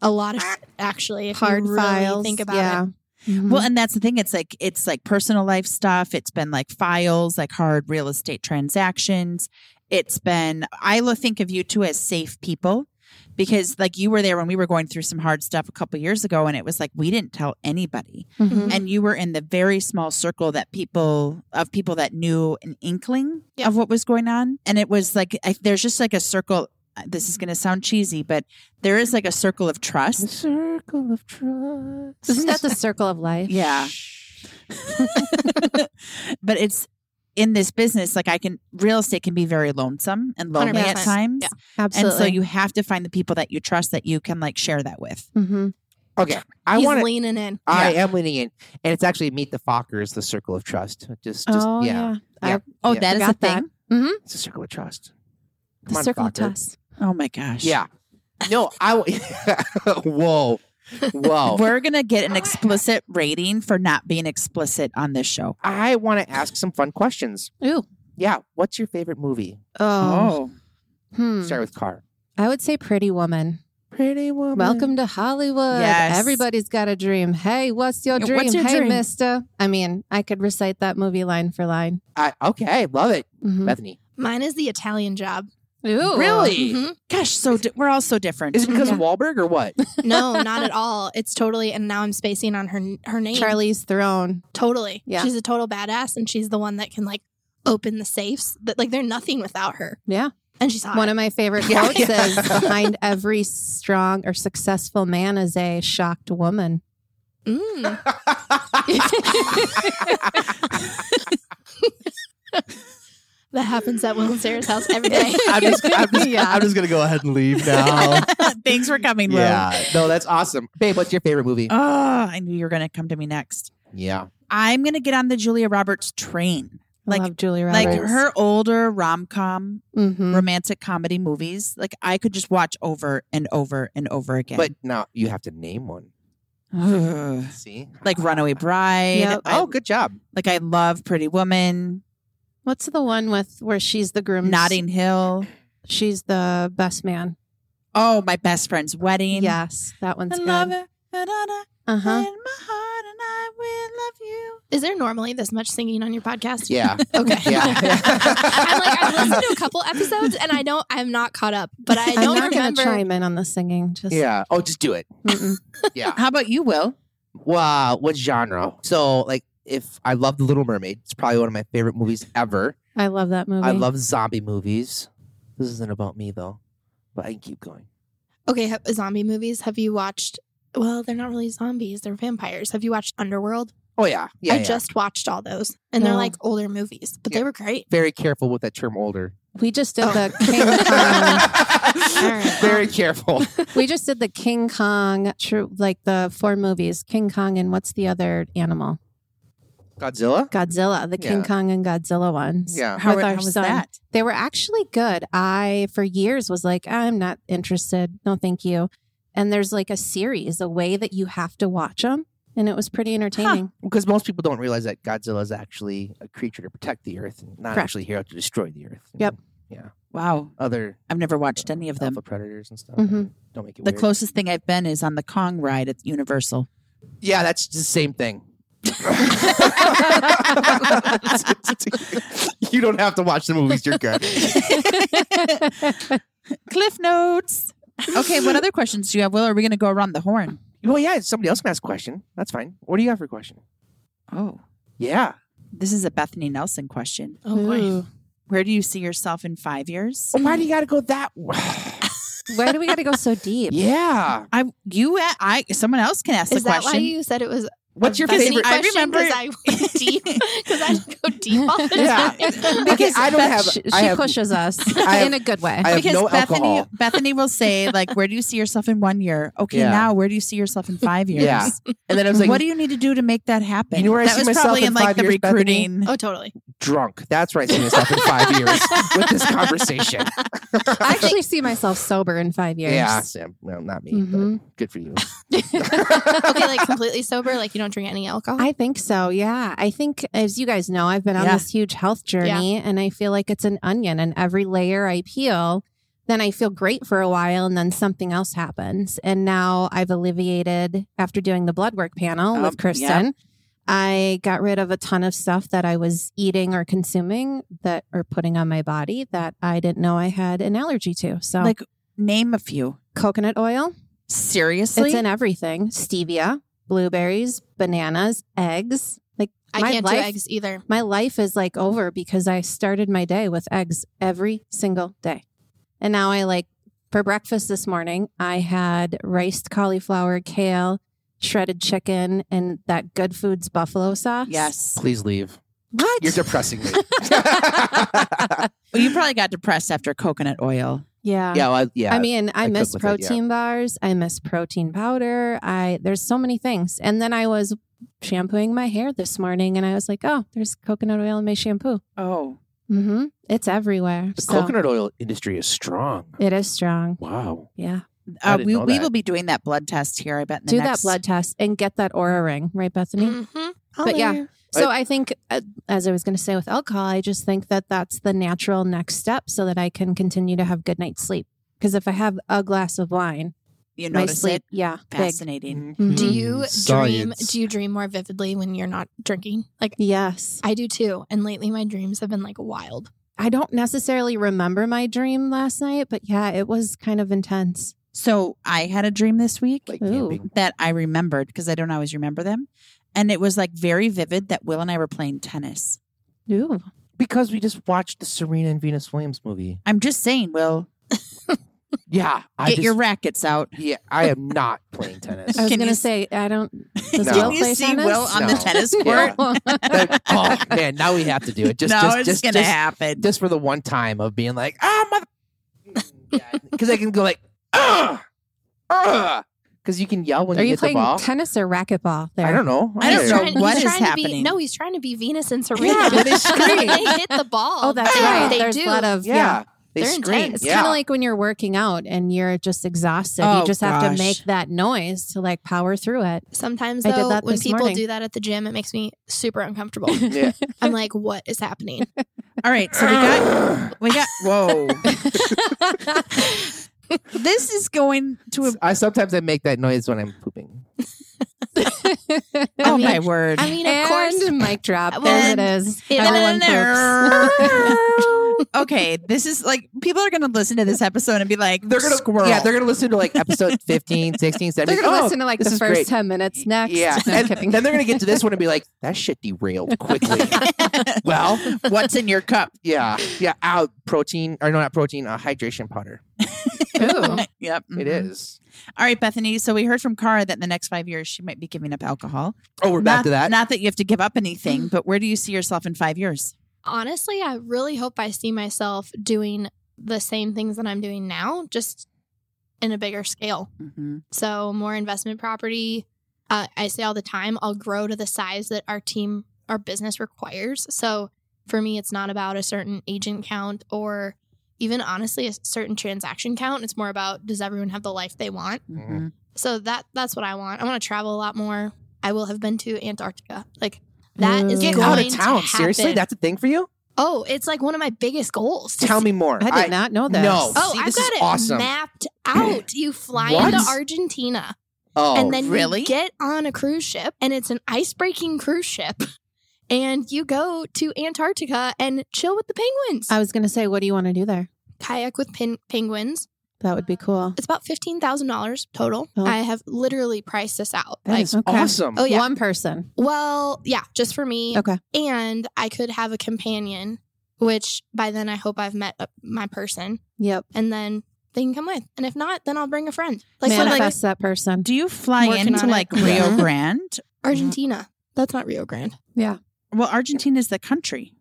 Speaker 5: a lot of sh- actually. If
Speaker 4: Hard
Speaker 5: you really
Speaker 4: files.
Speaker 5: think about
Speaker 4: yeah.
Speaker 5: it,
Speaker 4: Mhm.
Speaker 2: Well, and that's the thing. It's like it's like personal life stuff. It's been like files, like hard real estate transactions. It's been I lo- think of you two as safe people because like you were there when we were going through some hard stuff a couple years ago, and it was like we didn't tell anybody,
Speaker 4: Mhm.
Speaker 2: and you were in the very small circle that people of people that knew an inkling
Speaker 5: Yeah.
Speaker 2: of what was going on, and it was like I, there's just like a circle. uh, This
Speaker 4: Mm-hmm.
Speaker 2: is going to sound cheesy, but there is like a circle of
Speaker 1: The
Speaker 2: trust.
Speaker 1: circle of trust.
Speaker 4: Isn't that the circle of life?
Speaker 2: Yeah. but it's in this business, like I can, real estate can be very lonesome and lonely at
Speaker 5: 100%.
Speaker 2: times.
Speaker 5: Yeah.
Speaker 4: Absolutely.
Speaker 2: And so you have to find the people that you trust that you can like share that with.
Speaker 4: hmm
Speaker 1: Okay. I
Speaker 5: he's
Speaker 1: want to.
Speaker 5: leaning in.
Speaker 1: I am leaning in, and it's actually meet the Fockers, the circle of trust. Just, just
Speaker 4: oh
Speaker 1: yeah.
Speaker 4: yeah.
Speaker 2: Oh,
Speaker 1: Yeah.
Speaker 2: that is a
Speaker 4: Forgot that.
Speaker 2: thing.
Speaker 1: it's a circle of trust.
Speaker 4: The
Speaker 1: Come on,
Speaker 4: circle of
Speaker 1: Fokker.
Speaker 4: trust.
Speaker 2: Oh my gosh.
Speaker 1: Yeah. No, I. W- whoa, whoa.
Speaker 2: We're going to get
Speaker 4: Oh
Speaker 2: an explicit rating for not being explicit on this show.
Speaker 1: I want to ask some fun questions.
Speaker 4: Ooh.
Speaker 1: Yeah. What's your favorite movie?
Speaker 4: Oh. Hmm.
Speaker 1: Start with car.
Speaker 4: I would say Pretty Woman.
Speaker 1: Pretty woman.
Speaker 4: Welcome to Hollywood.
Speaker 2: Yes.
Speaker 4: Everybody's got a dream. Hey, what's your
Speaker 2: Yeah,
Speaker 4: dream?
Speaker 2: what's your
Speaker 4: hey,
Speaker 2: dream?
Speaker 4: mister. I mean, I could recite that movie line for line.
Speaker 1: I, okay, love it,
Speaker 4: Mhm.
Speaker 1: Bethany.
Speaker 5: Mine is the Italian job.
Speaker 4: Ooh.
Speaker 1: Really?
Speaker 5: Mhm.
Speaker 2: Gosh, so di- we're all so different.
Speaker 1: Is it because of Wahlberg or what?
Speaker 5: No, not at all. It's totally. And now I'm spacing on her her name.
Speaker 4: Charlie's Throne.
Speaker 5: Totally.
Speaker 4: Yeah.
Speaker 5: She's a total badass and she's the one that can like open the safes. That like they're nothing without her.
Speaker 4: Yeah.
Speaker 5: And she's hot.
Speaker 4: One of my favorite
Speaker 1: Yeah.
Speaker 4: quotes is behind every strong or successful man is a shocked woman.
Speaker 5: mm. That happens at Will and Sarah's house every day.
Speaker 1: I'm just, I'm just,
Speaker 4: Yeah.
Speaker 1: I'm just gonna go ahead and leave now.
Speaker 2: Thanks for coming, Will.
Speaker 1: yeah, no, that's awesome, babe. What's your favorite movie?
Speaker 4: Uh,
Speaker 2: Oh, I knew you were going to come to me next.
Speaker 1: yeah,
Speaker 2: I'm going to get on the Julia Roberts train.
Speaker 4: I
Speaker 2: Like-
Speaker 4: love Julia Roberts.
Speaker 2: Like her older rom com
Speaker 1: Mm-hmm.
Speaker 4: Mhm.
Speaker 2: romantic comedy movies. Like I could just watch over and over and over again.
Speaker 1: but now you have to name one.
Speaker 2: Ugh.
Speaker 1: See,
Speaker 2: like Runaway Bride.
Speaker 4: Yep.
Speaker 2: I-
Speaker 1: Oh, good job.
Speaker 2: like I love Pretty Woman,
Speaker 4: What's the one with where she's the groom?
Speaker 2: Notting Hill.
Speaker 4: She's the best man.
Speaker 2: Oh, my best friend's wedding.
Speaker 4: Yes, that one's
Speaker 2: I
Speaker 4: good.
Speaker 2: love it. Da-da-da.
Speaker 4: Uh
Speaker 2: In my
Speaker 4: huh.
Speaker 2: heart, and I will love you.
Speaker 5: Is there normally this much singing on your podcast?
Speaker 1: Yeah.
Speaker 5: Okay.
Speaker 1: Yeah.
Speaker 5: I'm like, I've listened to a couple episodes and I don't, I'm not caught up, but I
Speaker 4: I'm
Speaker 5: don't
Speaker 4: not going to
Speaker 5: remember.
Speaker 4: chime in on the singing. Just
Speaker 1: Yeah. Oh, just do it.
Speaker 4: mm-mm.
Speaker 1: Yeah.
Speaker 2: How about you, Will?
Speaker 1: wow. What genre? So, like, if I love The Little Mermaid, it's probably one of my favorite movies ever.
Speaker 4: I love that movie.
Speaker 1: I love zombie movies. This isn't about me though, but I can keep going.
Speaker 5: Okay. ha- Zombie movies. Have you watched? Well, they're not really zombies, they're vampires. Have you watched Underworld?
Speaker 1: Oh yeah, yeah.
Speaker 5: I
Speaker 1: yeah.
Speaker 5: just watched all those and
Speaker 4: No.
Speaker 5: they're like older movies, but
Speaker 1: Yeah.
Speaker 5: they were great.
Speaker 1: very careful with that term older.
Speaker 4: We just did
Speaker 5: Oh.
Speaker 4: the
Speaker 2: um,
Speaker 4: King
Speaker 5: right.
Speaker 1: Very careful.
Speaker 4: Kong. We just did the King Kong. True, like the four movies: King Kong and what's the other animal?
Speaker 1: Godzilla.
Speaker 4: Godzilla. The King
Speaker 1: Yeah.
Speaker 4: Kong and Godzilla ones.
Speaker 1: Yeah.
Speaker 2: How,
Speaker 4: With
Speaker 2: how
Speaker 4: our
Speaker 2: was
Speaker 4: son.
Speaker 2: that?
Speaker 4: They were actually good. I, for years, was like, I'm not interested. No, thank you. And there's like a series, a way that you have to watch them. And it was pretty entertaining.
Speaker 1: Because most people don't realize that Godzilla is actually a creature to protect the Earth, and not
Speaker 4: Correct.
Speaker 1: actually here to destroy the Earth. you
Speaker 4: Yep.
Speaker 1: know?
Speaker 2: Wow,
Speaker 1: Other
Speaker 2: I've never watched any of them. Mm-hmm.
Speaker 1: alpha predators and stuff.
Speaker 4: Mhm.
Speaker 1: Don't make it
Speaker 2: The
Speaker 1: weird.
Speaker 2: closest thing I've been is on the Kong ride at Universal.
Speaker 1: yeah, that's the same thing. you don't have to watch the movies. You're good.
Speaker 2: Cliff notes. Okay, what other questions do you have, Will? Are we going to go around the horn?
Speaker 1: Well, yeah. Somebody else can ask a question. That's fine. What do you have for a question?
Speaker 2: Oh,
Speaker 1: Yeah.
Speaker 2: this is a Bethany Nelson question.
Speaker 5: Oh, boy.
Speaker 4: Ooh.
Speaker 2: Where do you see yourself in five years?
Speaker 1: Oh, Why do you got to go that? way?
Speaker 4: Why do we got to go so deep?
Speaker 1: yeah.
Speaker 2: I, you, a- I, someone else can ask
Speaker 5: Is
Speaker 2: the
Speaker 5: that
Speaker 2: question.
Speaker 5: why you said it was
Speaker 1: What's your
Speaker 5: a Bethany
Speaker 1: favorite?
Speaker 2: I
Speaker 5: question?
Speaker 2: remember-
Speaker 5: 'Cause I went deep because I go deep all the
Speaker 1: Yeah.
Speaker 5: time.
Speaker 1: Okay, I don't
Speaker 4: Beth-
Speaker 1: have.
Speaker 4: She,
Speaker 1: I
Speaker 4: she
Speaker 1: have
Speaker 4: pushes us
Speaker 1: I have-
Speaker 4: in a good way.
Speaker 1: I have
Speaker 2: because
Speaker 1: no
Speaker 2: Bethany,
Speaker 1: alcohol.
Speaker 2: Bethany will say, like, where do you see yourself in one year? Okay,
Speaker 1: Yeah.
Speaker 2: now where do you see yourself in five years?
Speaker 1: Yeah. And then I was like,
Speaker 2: what do you need to do to make that happen?
Speaker 1: You know where I
Speaker 2: that
Speaker 1: see
Speaker 2: was
Speaker 1: myself
Speaker 2: probably
Speaker 1: in
Speaker 2: in like
Speaker 1: five
Speaker 2: the
Speaker 1: years, Bethany?
Speaker 2: recruiting.
Speaker 5: Oh, totally.
Speaker 1: drunk. That's where I see myself in five years with this conversation.
Speaker 4: I actually see myself sober in five years.
Speaker 1: Yeah, Sam. Well, not me.
Speaker 4: Mhm.
Speaker 1: But good for you.
Speaker 5: Okay, like completely sober, like you don't drink any alcohol.
Speaker 4: I think so. Yeah. I think, as you guys know, I've been on
Speaker 2: Yeah.
Speaker 4: this huge health journey and I feel like it's an onion, and every layer I peel, then I feel great for a while, and then something else happens. And now I've alleviated after doing the blood work panel
Speaker 2: Um,
Speaker 4: with Kristen. I got rid of a ton of stuff that I was eating or consuming that or putting on my body that I didn't know I had an allergy to. So,
Speaker 2: Like, name a few.
Speaker 4: coconut oil,
Speaker 2: Seriously?
Speaker 4: it's in everything stevia, blueberries, bananas, eggs. Like,
Speaker 5: I
Speaker 4: my
Speaker 5: can't do
Speaker 4: life-
Speaker 5: eggs either.
Speaker 4: my life is like over because I started my day with eggs every single day. And now I like for breakfast this morning, I had riced cauliflower, kale, shredded chicken, and that good foods buffalo sauce.
Speaker 2: yes.
Speaker 1: Please leave.
Speaker 4: What?
Speaker 1: You're depressing me.
Speaker 2: Well, you probably got depressed after coconut oil.
Speaker 4: yeah.
Speaker 1: yeah. Well, yeah.
Speaker 4: I mean, I,
Speaker 1: I cook
Speaker 4: miss
Speaker 1: with it, yeah.
Speaker 4: protein bars. I miss protein powder. I there's so many things. And then I was shampooing my hair this morning, and I was like, "Oh, there's coconut oil in my shampoo."
Speaker 2: Oh.
Speaker 4: Mm-hmm. It's everywhere.
Speaker 1: the
Speaker 4: so
Speaker 1: coconut oil industry is strong.
Speaker 4: It is strong.
Speaker 1: Wow.
Speaker 4: Yeah.
Speaker 1: I
Speaker 2: Uh,
Speaker 1: didn't
Speaker 2: we,
Speaker 1: know
Speaker 2: we
Speaker 1: that.
Speaker 2: will be doing that blood test here, I bet. In the
Speaker 4: do
Speaker 2: next-
Speaker 4: that blood test and get that aura ring, right, Bethany?
Speaker 5: Mm-hmm.
Speaker 4: But yeah. So I think, uh, as I was going to say with alcohol, I just think that that's the natural next step so that I can continue to have good night's sleep. Because if I have a glass of wine,
Speaker 2: You
Speaker 4: my
Speaker 2: notice
Speaker 4: sleep,
Speaker 2: it.
Speaker 4: yeah, big.
Speaker 2: Fascinating.
Speaker 4: Mhm.
Speaker 5: Do you dream?
Speaker 1: Science.
Speaker 5: Do you dream more vividly when you're not drinking? Like
Speaker 4: Yes,
Speaker 5: I do too. And lately, my dreams have been like wild.
Speaker 4: I don't necessarily remember my dream last night, but yeah, it was kind of intense.
Speaker 2: So I had a dream this week
Speaker 1: Like
Speaker 4: Ooh.
Speaker 1: camping.
Speaker 2: that I remembered because I don't always remember them. And it was like very vivid that Will and I were playing tennis.
Speaker 4: Ooh,
Speaker 1: Because we just watched the Serena and Venus Williams movie.
Speaker 2: I'm just saying, Will,
Speaker 1: Yeah. I
Speaker 2: get
Speaker 1: just,
Speaker 2: your rackets out.
Speaker 1: Yeah. I am not playing tennis.
Speaker 4: I was
Speaker 2: Can
Speaker 4: going
Speaker 2: you
Speaker 4: to
Speaker 2: s-
Speaker 4: say I don't. Does
Speaker 1: No.
Speaker 4: Will
Speaker 2: Can you
Speaker 4: play
Speaker 2: see
Speaker 4: tennis?
Speaker 2: Will on the
Speaker 1: No.
Speaker 2: tennis court?
Speaker 1: Yeah.
Speaker 4: No.
Speaker 1: Like, oh man, now we have to do it. Just
Speaker 2: no,
Speaker 1: just
Speaker 2: it's
Speaker 1: just,
Speaker 2: gonna
Speaker 1: just
Speaker 2: happen.
Speaker 1: just for the one time of being like, ah, mother, because I can go like, ah, ah, because you can yell when
Speaker 4: Are
Speaker 1: you
Speaker 4: you
Speaker 1: get the
Speaker 4: playing
Speaker 1: ball.
Speaker 4: tennis or racquetball? There,
Speaker 1: I don't know.
Speaker 2: I don't
Speaker 5: He's
Speaker 2: know
Speaker 5: trying- he's
Speaker 2: what is
Speaker 5: trying to be-
Speaker 2: happening.
Speaker 5: no, he's trying to be Venus and Serena.
Speaker 1: Yeah, but it's
Speaker 5: they
Speaker 1: great.
Speaker 5: hit the ball.
Speaker 4: Oh, that's
Speaker 5: They-
Speaker 4: right.
Speaker 5: They
Speaker 4: There's
Speaker 5: do.
Speaker 4: a lot of
Speaker 1: Yeah, They
Speaker 5: They're
Speaker 1: scream.
Speaker 5: intense.
Speaker 4: It's
Speaker 1: Yeah.
Speaker 4: kind of like when you're working out and you're just exhausted.
Speaker 2: Oh,
Speaker 4: you just have
Speaker 2: gosh.
Speaker 4: to make that noise to like power through it.
Speaker 5: Sometimes
Speaker 4: I did
Speaker 5: though,
Speaker 4: that
Speaker 5: when
Speaker 4: this
Speaker 5: people
Speaker 4: morning.
Speaker 5: do that at the gym, it makes me super uncomfortable.
Speaker 1: Yeah.
Speaker 5: I'm like, what is happening?
Speaker 2: All right, so we got we got
Speaker 1: Whoa.
Speaker 2: this is going to a
Speaker 1: I sometimes I make that noise when I'm pooping.
Speaker 2: oh
Speaker 5: mean-
Speaker 2: my word.
Speaker 5: I mean, of
Speaker 4: and
Speaker 5: course,
Speaker 4: mic drop. There
Speaker 5: Well,
Speaker 4: it is.
Speaker 5: it-
Speaker 4: Everyone poops.
Speaker 2: okay, this is like people are gonna listen to this episode and be like,
Speaker 1: They're gonna
Speaker 2: squirrel.
Speaker 1: Yeah, they're gonna listen to like episode 15, 16,
Speaker 4: They're
Speaker 1: 17.
Speaker 4: gonna
Speaker 1: Oh,
Speaker 4: listen to like the
Speaker 1: this
Speaker 4: first
Speaker 1: is great.
Speaker 4: ten minutes next.
Speaker 1: Yeah.
Speaker 4: No, I'm
Speaker 1: and
Speaker 4: kidding.
Speaker 1: then they're gonna get to this one and be like, that shit derailed quickly. well,
Speaker 2: What's in your cup?
Speaker 1: yeah. Yeah. Out protein or no not protein, uh, hydration powder.
Speaker 4: Ooh.
Speaker 2: Yep,
Speaker 1: It
Speaker 4: Mm-hmm.
Speaker 2: mhm.
Speaker 1: is.
Speaker 2: All right, Bethany. So we heard from Cara that in the next five years she might be giving up alcohol.
Speaker 1: Oh, we're
Speaker 2: not,
Speaker 1: back to that.
Speaker 2: Not that you have to give up anything, but where do you see yourself in five years?
Speaker 5: honestly, I really hope I see myself doing the same things that I'm doing now, just in a bigger scale.
Speaker 2: Mm-hmm.
Speaker 5: So more investment property. Uh, I say all the time, I'll grow to the size that our team, our business requires. So for me, it's not about a certain agent count or even honestly a certain transaction count. It's more about does everyone have the life they want.
Speaker 1: Mhm.
Speaker 5: So that that's what I want. I want to travel a lot more. I will have been to Antarctica. Like that is
Speaker 4: Get
Speaker 1: Get
Speaker 5: going
Speaker 1: out of
Speaker 5: to
Speaker 1: town. Seriously?
Speaker 5: happen.
Speaker 1: That's a thing for you?
Speaker 5: oh, it's like one of my biggest goals.
Speaker 1: Tell me more.
Speaker 4: I did not know that.
Speaker 1: No.
Speaker 5: Oh,
Speaker 1: See,
Speaker 5: I've
Speaker 1: this
Speaker 5: got
Speaker 1: is
Speaker 5: it
Speaker 1: awesome.
Speaker 5: mapped out. You fly
Speaker 1: What?
Speaker 5: into Argentina.
Speaker 1: oh,
Speaker 5: and then
Speaker 2: really?
Speaker 5: you get on a cruise ship and it's an ice-breaking cruise ship and you go to antarctica and chill with the penguins
Speaker 4: I was gonna say, what do you want to do there?
Speaker 5: kayak with pin- penguins
Speaker 4: That would be cool.
Speaker 5: it's about $15000 total
Speaker 4: Oh.
Speaker 5: i have literally priced this out
Speaker 4: That
Speaker 5: like
Speaker 4: is okay.
Speaker 1: awesome.
Speaker 5: oh yeah
Speaker 4: One person.
Speaker 5: well yeah just for me
Speaker 4: Okay.
Speaker 5: and i could have a companion which by then i hope i've met uh, my person
Speaker 4: Yep.
Speaker 5: and then they can come with and if not then i'll bring a friend like so like
Speaker 4: Manifest that person.
Speaker 2: Do you fly
Speaker 5: Working
Speaker 2: into
Speaker 5: on it.
Speaker 2: like Rio
Speaker 4: Yeah.
Speaker 2: Grande?
Speaker 5: argentina that's not rio grande
Speaker 2: Well, Argentina is the country.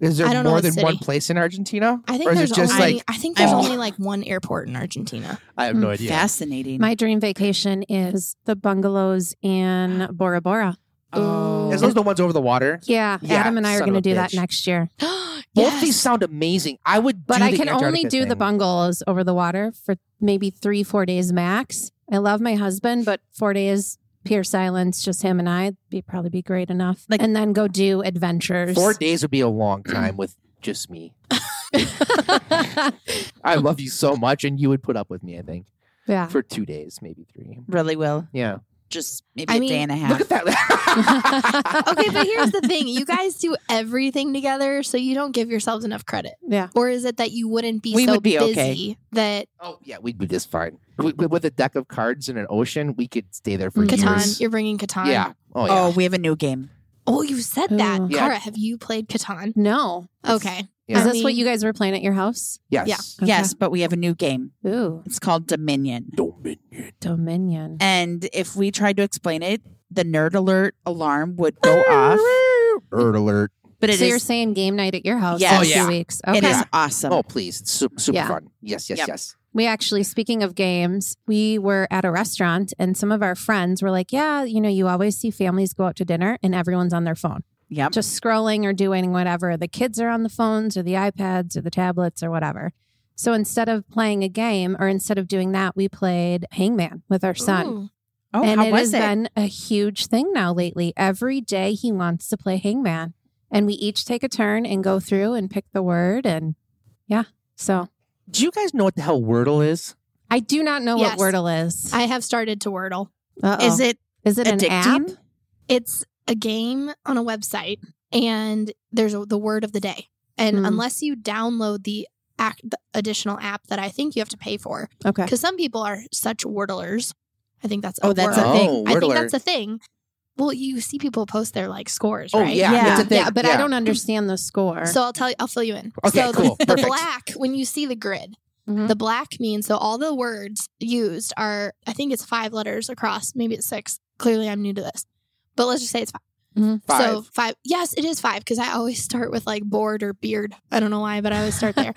Speaker 1: Is there
Speaker 5: I don't know
Speaker 1: more
Speaker 5: what
Speaker 1: than
Speaker 5: city.
Speaker 1: one place in Argentina?
Speaker 5: I
Speaker 1: or
Speaker 5: think
Speaker 1: is
Speaker 5: there's
Speaker 1: it just
Speaker 5: only
Speaker 1: like
Speaker 5: I think there's
Speaker 1: Oh.
Speaker 5: only like one airport in Argentina.
Speaker 1: I have
Speaker 5: Mm,
Speaker 1: no idea.
Speaker 2: Fascinating.
Speaker 4: My dream vacation is the bungalows in Bora Bora.
Speaker 2: oh.
Speaker 1: Is those the ones over the water?
Speaker 4: Yeah,
Speaker 1: Yeah,
Speaker 4: Adam and I are
Speaker 1: son of
Speaker 4: going to
Speaker 1: a
Speaker 4: do that
Speaker 1: bitch.
Speaker 4: next year.
Speaker 1: Both
Speaker 5: Yes.
Speaker 1: these sound amazing. I would,
Speaker 4: But
Speaker 1: do
Speaker 4: I
Speaker 1: the
Speaker 4: can only
Speaker 1: Antarctica
Speaker 4: do the
Speaker 1: thing.
Speaker 4: bungalows over the water for maybe three, four days max. I love my husband, but four days Pierce Islands, just him and I, be probably be great enough.
Speaker 2: Like-
Speaker 4: and then go do adventures.
Speaker 1: Four days would be a long time with just me. I love you so much, and you would put up with me. I think
Speaker 4: yeah,
Speaker 1: for two days, maybe three.
Speaker 2: really will.
Speaker 1: Yeah.
Speaker 2: Just maybe a
Speaker 5: I mean,
Speaker 2: day and a half.
Speaker 1: Look at that.
Speaker 5: okay, but here's the thing: you guys do everything together, so you don't give yourselves enough credit.
Speaker 4: yeah.
Speaker 5: Or is it that you wouldn't be
Speaker 2: We
Speaker 5: so
Speaker 2: would be
Speaker 5: busy
Speaker 2: okay.
Speaker 5: that
Speaker 1: oh yeah, we'd be just fine. With, with- with a deck of cards and an ocean, we could stay there for
Speaker 4: Mm.
Speaker 5: Catan?
Speaker 1: years.
Speaker 5: You're bringing Catan.
Speaker 1: Yeah. Oh yeah.
Speaker 2: Oh, we have a new game.
Speaker 5: Oh, you said that,
Speaker 4: Ooh.
Speaker 1: Yeah.
Speaker 5: Cara. Have you played Catan?
Speaker 4: No,
Speaker 5: Okay.
Speaker 1: Yeah.
Speaker 4: is
Speaker 5: I
Speaker 4: this what
Speaker 5: mean,
Speaker 4: you guys were playing at your house?
Speaker 1: yes.
Speaker 4: Okay.
Speaker 2: Yes, but we have a new game.
Speaker 4: Ooh,
Speaker 2: It's called Dominion.
Speaker 1: Dominion.
Speaker 4: Dominion.
Speaker 2: And if we tried to explain it, the nerd alert alarm would go off.
Speaker 1: Bird alert.
Speaker 2: But it
Speaker 4: so you're
Speaker 2: is-
Speaker 4: saying game night at your house?
Speaker 2: Yes.
Speaker 4: in
Speaker 1: Oh, yeah.
Speaker 4: Two weeks. Okay.
Speaker 2: it is awesome.
Speaker 1: Oh please, it's su- super
Speaker 4: Yeah.
Speaker 1: fun. Yes, yes,
Speaker 2: Yep.
Speaker 1: yes.
Speaker 4: We actually, speaking of games, we were at a restaurant and some of our friends were like, Yeah, you know, you always see families go out to dinner and everyone's on their phone,
Speaker 2: Yep.
Speaker 4: just scrolling or doing whatever. The kids are on the phones or the iPads or the tablets or whatever. So instead of playing a game or instead of doing that, we played Hangman with our son.
Speaker 5: Ooh.
Speaker 2: Oh,
Speaker 4: and
Speaker 2: how
Speaker 4: it
Speaker 2: was
Speaker 4: has
Speaker 2: it?
Speaker 4: been a huge thing now lately. Every day he wants to play Hangman. And we each take a turn and go through and pick the word. And yeah, so
Speaker 1: Do you guys know what the hell Wordle is?
Speaker 4: I do not know
Speaker 5: Yes.
Speaker 4: what Wordle is.
Speaker 5: I have started to Wordle.
Speaker 4: Uh-oh.
Speaker 2: Is it
Speaker 4: Is it an app?
Speaker 2: addicting?
Speaker 5: It's a game on a website, and there's a, the word of the day. And
Speaker 4: Hmm.
Speaker 5: unless you download the, act, the additional app that I think you have to pay for,
Speaker 4: Okay.
Speaker 5: because some people are such wordlers. I think that's
Speaker 2: Oh, that's a
Speaker 5: word.
Speaker 2: thing.
Speaker 1: Oh,
Speaker 5: I think
Speaker 1: Wordler.
Speaker 5: that's a thing. Well, you see people post their like scores,
Speaker 1: Oh
Speaker 5: right?
Speaker 1: yeah,
Speaker 2: Yeah.
Speaker 1: it's a thing.
Speaker 4: Yeah, but I don't understand the score.
Speaker 5: So I'll tell you. I'll fill you in.
Speaker 1: Okay,
Speaker 5: so
Speaker 1: cool.
Speaker 5: the, the
Speaker 1: Perfect.
Speaker 5: black when you see the grid,
Speaker 2: Mm-hmm.
Speaker 4: Mhm.
Speaker 5: the black means so all the words used are. I think it's five letters across. Maybe it's six. Clearly, I'm new to this, but let's just say it's five.
Speaker 2: Mm-hmm.
Speaker 1: Five.
Speaker 5: So five. Yes, it is five because I always start with like board or beard. I don't know why, but I always start there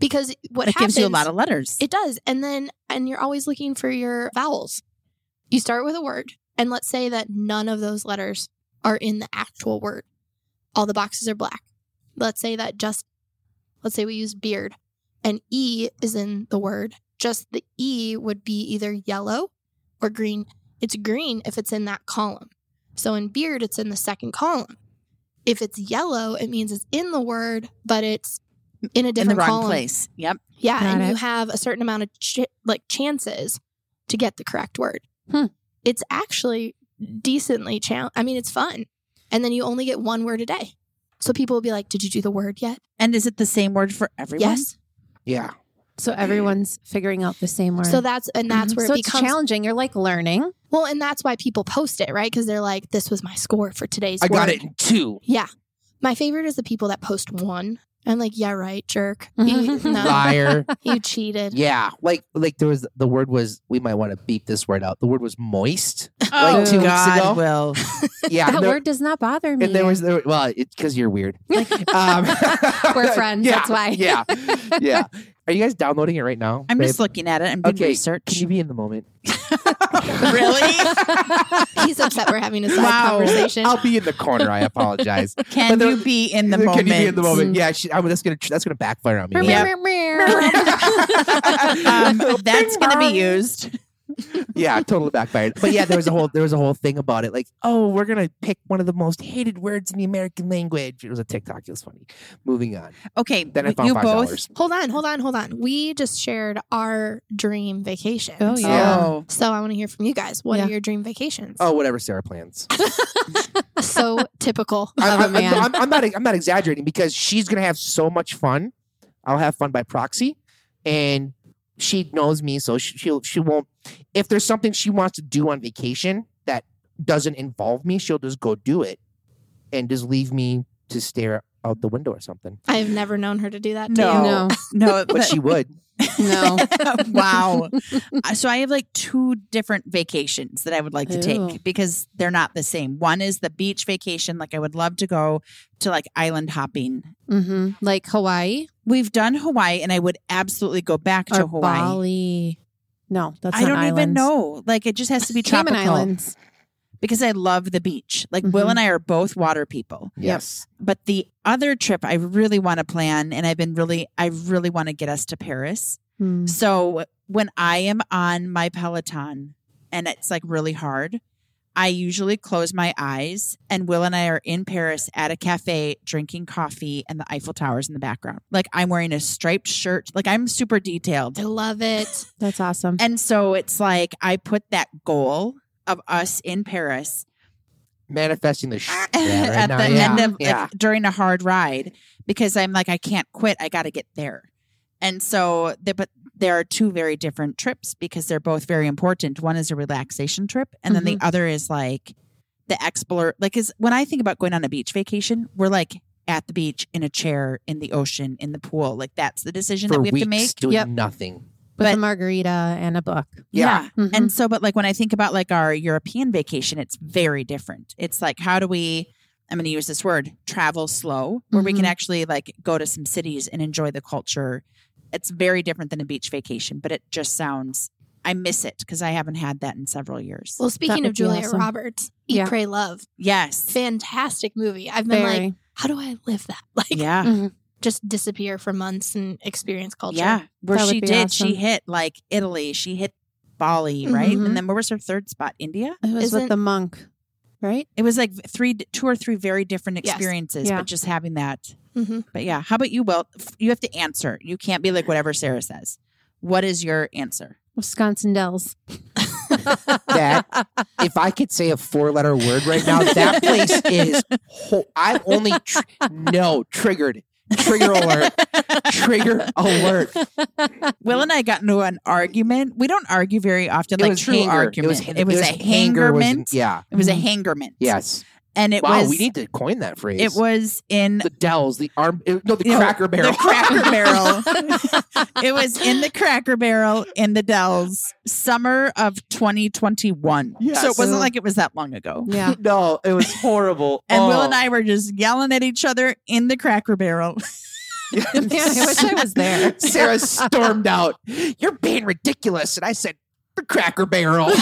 Speaker 5: because what
Speaker 2: It
Speaker 5: happens
Speaker 2: gives you a lot of letters.
Speaker 5: it does, and then and you're always looking for your vowels. You start with a word, and let's say that none of those letters are in the actual word. All the boxes are black. Let's say that just let's say we use beard and E is in the word, just the E would be either yellow or green. It's green if it's in that column. So in beard, it's in the second column. If it's yellow, it means it's in the word, but it's in a
Speaker 2: in the
Speaker 5: different
Speaker 2: wrong
Speaker 5: column.
Speaker 2: place. Yep.
Speaker 5: Yeah,
Speaker 4: Got
Speaker 5: and you
Speaker 4: it.
Speaker 5: have a certain amount of ch- like chances to get the correct word.
Speaker 4: Hmm.
Speaker 5: It's actually decently challenge. I mean, it's fun, and then you only get one word a day. So people will be like, "Did you do the word yet?"
Speaker 2: And is it the same word for everyone?
Speaker 5: Yes.
Speaker 1: Yeah.
Speaker 4: So everyone's figuring out the same word.
Speaker 5: So that's and that's where
Speaker 4: Mm-hmm. so
Speaker 5: it
Speaker 4: it's
Speaker 5: becomes
Speaker 4: challenging. You're like learning.
Speaker 5: well, and that's why people post it, right? Because they're like, "This was my score for today's."
Speaker 1: I got
Speaker 5: word."
Speaker 1: it in two.
Speaker 5: Yeah, my favorite is the people that post one. I'm like, "Yeah, right, jerk. You, no,
Speaker 1: Liar.
Speaker 5: you cheated."
Speaker 1: yeah. Like like there was the word was we might want to beep this word out. The word was moist.
Speaker 2: Oh,
Speaker 1: Like two weeks
Speaker 2: God,
Speaker 1: ago?
Speaker 2: Will.
Speaker 1: Yeah.
Speaker 4: that
Speaker 1: and there-
Speaker 4: word does not bother me.
Speaker 1: and there was there, well, because you're weird. Um,
Speaker 4: We're friends,
Speaker 1: yeah,
Speaker 4: that's why.
Speaker 1: yeah. Yeah. Are you guys downloading it right now?
Speaker 2: I'm
Speaker 1: babe?
Speaker 2: just looking at it. I'm doing
Speaker 1: Okay,
Speaker 2: research.
Speaker 1: Can you be in the moment?
Speaker 2: really?
Speaker 5: He's upset we're having a side
Speaker 2: Wow.
Speaker 5: conversation.
Speaker 1: I'll be in the corner. I apologize. But
Speaker 2: Can
Speaker 1: there-
Speaker 2: you be in the
Speaker 1: Can
Speaker 2: moment?
Speaker 1: you be in the moment?
Speaker 4: Mm.
Speaker 1: Yeah, she, I'm, that's gonna that's gonna backfire on me.
Speaker 2: Yep. Um, that's going to
Speaker 1: Bing bong.
Speaker 2: be used.
Speaker 1: yeah, totally backfired. But yeah, there was a whole there was a whole thing about it. Like, oh, we're gonna pick one of the most hated words in the American language. It was a TikTok. It was funny. Moving on.
Speaker 2: Okay.
Speaker 1: Then I
Speaker 2: w-
Speaker 1: found
Speaker 2: you
Speaker 1: five
Speaker 2: both.
Speaker 1: dollars.
Speaker 5: Hold on, hold on, hold on. We just shared our dream vacation.
Speaker 4: Oh, yeah.
Speaker 2: Oh.
Speaker 5: So I want to hear from you guys. What
Speaker 4: Yeah.
Speaker 5: are your dream vacations?
Speaker 1: Oh, whatever Sarah plans.
Speaker 5: so typical.
Speaker 4: Of
Speaker 1: I'm,
Speaker 4: a
Speaker 1: I'm- I'm-
Speaker 4: man.
Speaker 1: I'm- I'm not I'm not exaggerating because she's gonna have so much fun. I'll have fun by proxy, and she knows me, so she, she'll she won't. If there's something she wants to do on vacation that doesn't involve me, she'll just go do it, and just leave me to stare out the window or something.
Speaker 5: I have never known her to do that.
Speaker 2: No.
Speaker 5: To you.
Speaker 4: No,
Speaker 2: No.
Speaker 1: But she would.
Speaker 4: no.
Speaker 2: wow. Uh, So I have like two different vacations that I would like to
Speaker 4: Ooh.
Speaker 2: take because they're not the same. One is the beach vacation. Like I would love to go to like island hopping.
Speaker 4: hmm Like Hawaii
Speaker 2: We've done Hawaii and I would absolutely go back
Speaker 4: or
Speaker 2: to Hawaii.
Speaker 4: Bali. No, that's
Speaker 2: I
Speaker 4: not
Speaker 2: don't even
Speaker 4: islands.
Speaker 2: know. Like it just has to be
Speaker 4: Cayman
Speaker 2: tropical
Speaker 4: Islands.
Speaker 2: because I love the beach. Like Will
Speaker 4: Mhm.
Speaker 2: and I are both water people.
Speaker 1: Yes.
Speaker 2: But the other trip I really want to plan and I've been really I really want to get us to Paris.
Speaker 4: Mm.
Speaker 2: So when I am on my Peloton and it's like really hard, I usually close my eyes and Will and I are in Paris at a cafe drinking coffee and the Eiffel Towers in the background. Like I'm wearing a striped shirt, like I'm super detailed.
Speaker 5: I love it.
Speaker 4: That's awesome.
Speaker 2: And so it's like I put that goal of us in Paris
Speaker 1: Manifesting the sh- yeah, right
Speaker 2: Ah, at
Speaker 1: now,
Speaker 2: the
Speaker 1: yeah.
Speaker 2: end of
Speaker 1: yeah.
Speaker 2: if- during a hard ride because I'm like I can't quit. I got to get there. And so, the, but there are two very different trips because they're both very important. One is a relaxation trip, and then
Speaker 1: Mm-hmm.
Speaker 2: the other is like the explore. Like, is when I think about going on a beach vacation, we're like at the beach in a chair in the ocean in the pool. Like that's the decision
Speaker 1: for
Speaker 2: that we have
Speaker 1: weeks
Speaker 2: to make.
Speaker 1: doing
Speaker 4: Yep.
Speaker 1: nothing.
Speaker 4: With a
Speaker 2: but-
Speaker 4: margarita and a book.
Speaker 1: Yeah.
Speaker 4: Mhm.
Speaker 2: And so, but like when I think about like our European vacation, it's very different. It's like, how do we, I'm going to use this word, travel slow, where we can
Speaker 4: Mhm.
Speaker 2: actually like go to some cities and enjoy the culture. It's very different than a beach vacation, but it just sounds, I miss it because I haven't had that in several years.
Speaker 5: Well, speaking
Speaker 4: would
Speaker 5: of
Speaker 4: be
Speaker 5: Julia
Speaker 4: awesome.
Speaker 5: Roberts, Eat,
Speaker 4: Yeah.
Speaker 5: Pray, Love,
Speaker 2: yes.
Speaker 5: fantastic movie. I've been
Speaker 4: Very.
Speaker 5: like, how do I live that? Like,
Speaker 2: Yeah.
Speaker 5: just disappear for months and experience culture.
Speaker 2: Yeah. Where
Speaker 4: That would
Speaker 2: she
Speaker 4: be
Speaker 2: did,
Speaker 4: awesome.
Speaker 2: she hit like Italy, she hit Bali, right?
Speaker 4: Mhm.
Speaker 2: And then where was her third spot? India?
Speaker 4: it was
Speaker 5: Isn't-
Speaker 4: with the monk, right?
Speaker 2: It was like three, two or three very different
Speaker 5: Yes.
Speaker 2: experiences,
Speaker 4: Yeah.
Speaker 2: but just having that
Speaker 5: hmm
Speaker 2: But yeah, how about you, Will? F- You have to answer. You can't be like whatever Sarah says. What is your answer?
Speaker 4: Wisconsin Dells.
Speaker 1: That- If I could say a four letter word right now, that place is. Ho- I only. Tr- no, triggered. Trigger alert. Trigger alert.
Speaker 2: Will and I got into an argument. We don't argue very often, like true
Speaker 1: hanger.
Speaker 2: argument. It was,
Speaker 1: ha-
Speaker 2: a
Speaker 1: hanger was in-
Speaker 2: hangerment.
Speaker 1: yeah.
Speaker 2: It was a
Speaker 4: Mhm.
Speaker 2: hangerment.
Speaker 1: Yes.
Speaker 2: And it
Speaker 1: wow,
Speaker 2: was
Speaker 1: we need to coin that phrase.
Speaker 2: it was in
Speaker 1: the Dells, the arm. it- no, the
Speaker 2: you know,
Speaker 1: Cracker Barrel.
Speaker 2: The cracker barrel. it was in the cracker barrel in the Dells, summer of 2021.
Speaker 1: Yes.
Speaker 2: So it wasn't
Speaker 4: Ooh.
Speaker 2: like it was that long ago.
Speaker 4: yeah.
Speaker 1: no, it was horrible.
Speaker 2: And Will
Speaker 1: Oh.
Speaker 2: and I were just yelling at each other in the cracker barrel.
Speaker 4: Man, I wish I was there.
Speaker 1: Sarah stormed out. You're being ridiculous. And I said, the Cracker Barrel.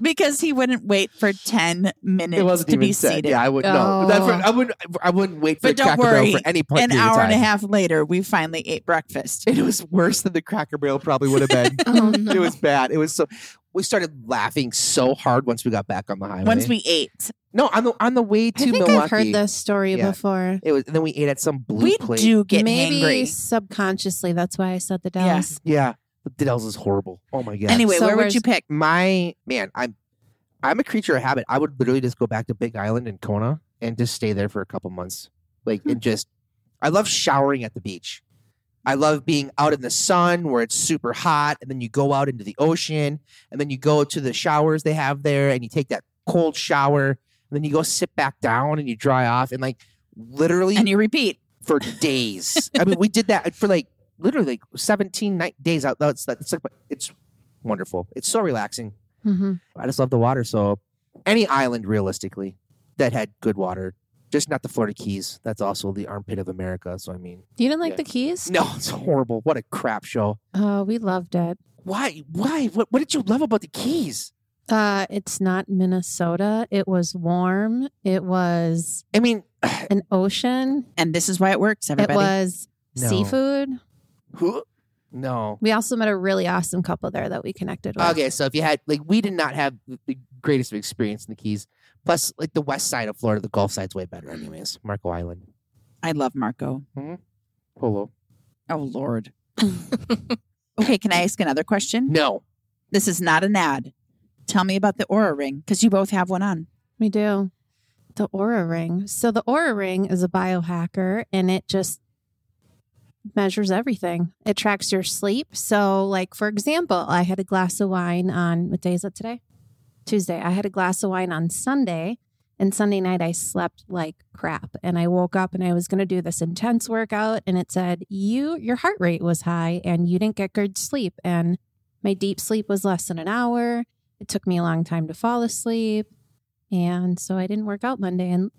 Speaker 2: because he wouldn't wait for 10 minutes
Speaker 1: it wasn't
Speaker 2: to
Speaker 1: even
Speaker 2: be
Speaker 1: said.
Speaker 2: seated.
Speaker 1: Yeah, I would no.
Speaker 4: Oh.
Speaker 1: That's what, I wouldn't. I wouldn't wait for
Speaker 2: But
Speaker 1: the
Speaker 2: don't
Speaker 1: Cracker
Speaker 2: worry,
Speaker 1: Barrel for any point
Speaker 2: An
Speaker 1: of
Speaker 2: hour
Speaker 1: time.
Speaker 2: and a half later, we finally ate breakfast.
Speaker 1: It was worse than the Cracker Barrel probably would have been.
Speaker 5: Oh,
Speaker 1: It
Speaker 5: no.
Speaker 1: was bad. It was so. We started laughing so hard once we got back on the highway.
Speaker 2: Once we ate,
Speaker 1: no on the on the way to
Speaker 4: I think
Speaker 1: Milwaukee.
Speaker 4: I've heard this story
Speaker 1: Yeah.
Speaker 4: before.
Speaker 1: It was. And then we ate at some blue
Speaker 2: we
Speaker 1: place.
Speaker 2: do get
Speaker 4: Maybe
Speaker 2: hangry.
Speaker 4: subconsciously, that's why I said the
Speaker 2: Yeah.
Speaker 4: Dallas.
Speaker 1: Yeah, the Dells is horrible. Oh my god.
Speaker 2: Anyway,
Speaker 4: So
Speaker 2: where would
Speaker 4: where's-
Speaker 2: you pick?
Speaker 1: my man, I'm I'm a creature of habit. I would literally just go back to Big Island and Kona and just stay there for a couple months. Like
Speaker 2: Hmm.
Speaker 1: and just I love showering at the beach. I love being out in the sun where it's super hot and then you go out into the ocean and then you go to the showers they have there and you take that cold shower and then you go sit back down and you dry off and like literally
Speaker 2: And you repeat.
Speaker 1: for days. I mean, we did that for like literally like 17 night days out. That's that's like it's wonderful. It's so relaxing.
Speaker 4: Mm-hmm.
Speaker 1: I just love the water. So any island realistically that had good water, just not the Florida Keys. That's also the armpit of America. So I mean,
Speaker 4: You didn't like
Speaker 1: Yeah.
Speaker 4: the keys?
Speaker 1: no, it's horrible. What a crap show.
Speaker 4: Oh, we loved it.
Speaker 1: Why? Why? What, what did you love about the Keys?
Speaker 4: Uh, it's not Minnesota. It was warm. It was
Speaker 1: I mean,
Speaker 4: an ocean.
Speaker 2: And this is why it works, everybody.
Speaker 4: It was
Speaker 1: No.
Speaker 4: seafood.
Speaker 1: who? No.
Speaker 4: We also met a really awesome couple there that we connected with.
Speaker 1: Okay, so if you had like we did not have the- the greatest of experience in the Keys. Plus, like the west side of Florida, the Gulf side's way better, anyways. Marco Island,
Speaker 2: I love Marco.
Speaker 1: Polo.
Speaker 2: Oh, Lord. okay, can I ask another question?
Speaker 1: No,
Speaker 2: This is not an ad. Tell me about the aura ring because you both have one on.
Speaker 4: We do. The Aura Ring. So the Aura Ring is a biohacker and it just measures everything. It tracks your sleep. So like for example, I had a glass of wine on what day is it today? Tuesday. I had a glass of wine on Sunday and Sunday night I slept like crap and I woke up and I was going to do this intense workout and it said you your heart rate was high and you didn't get good sleep and my deep sleep was less than an hour. It took me a long time to fall asleep. And so I didn't work out Monday. And,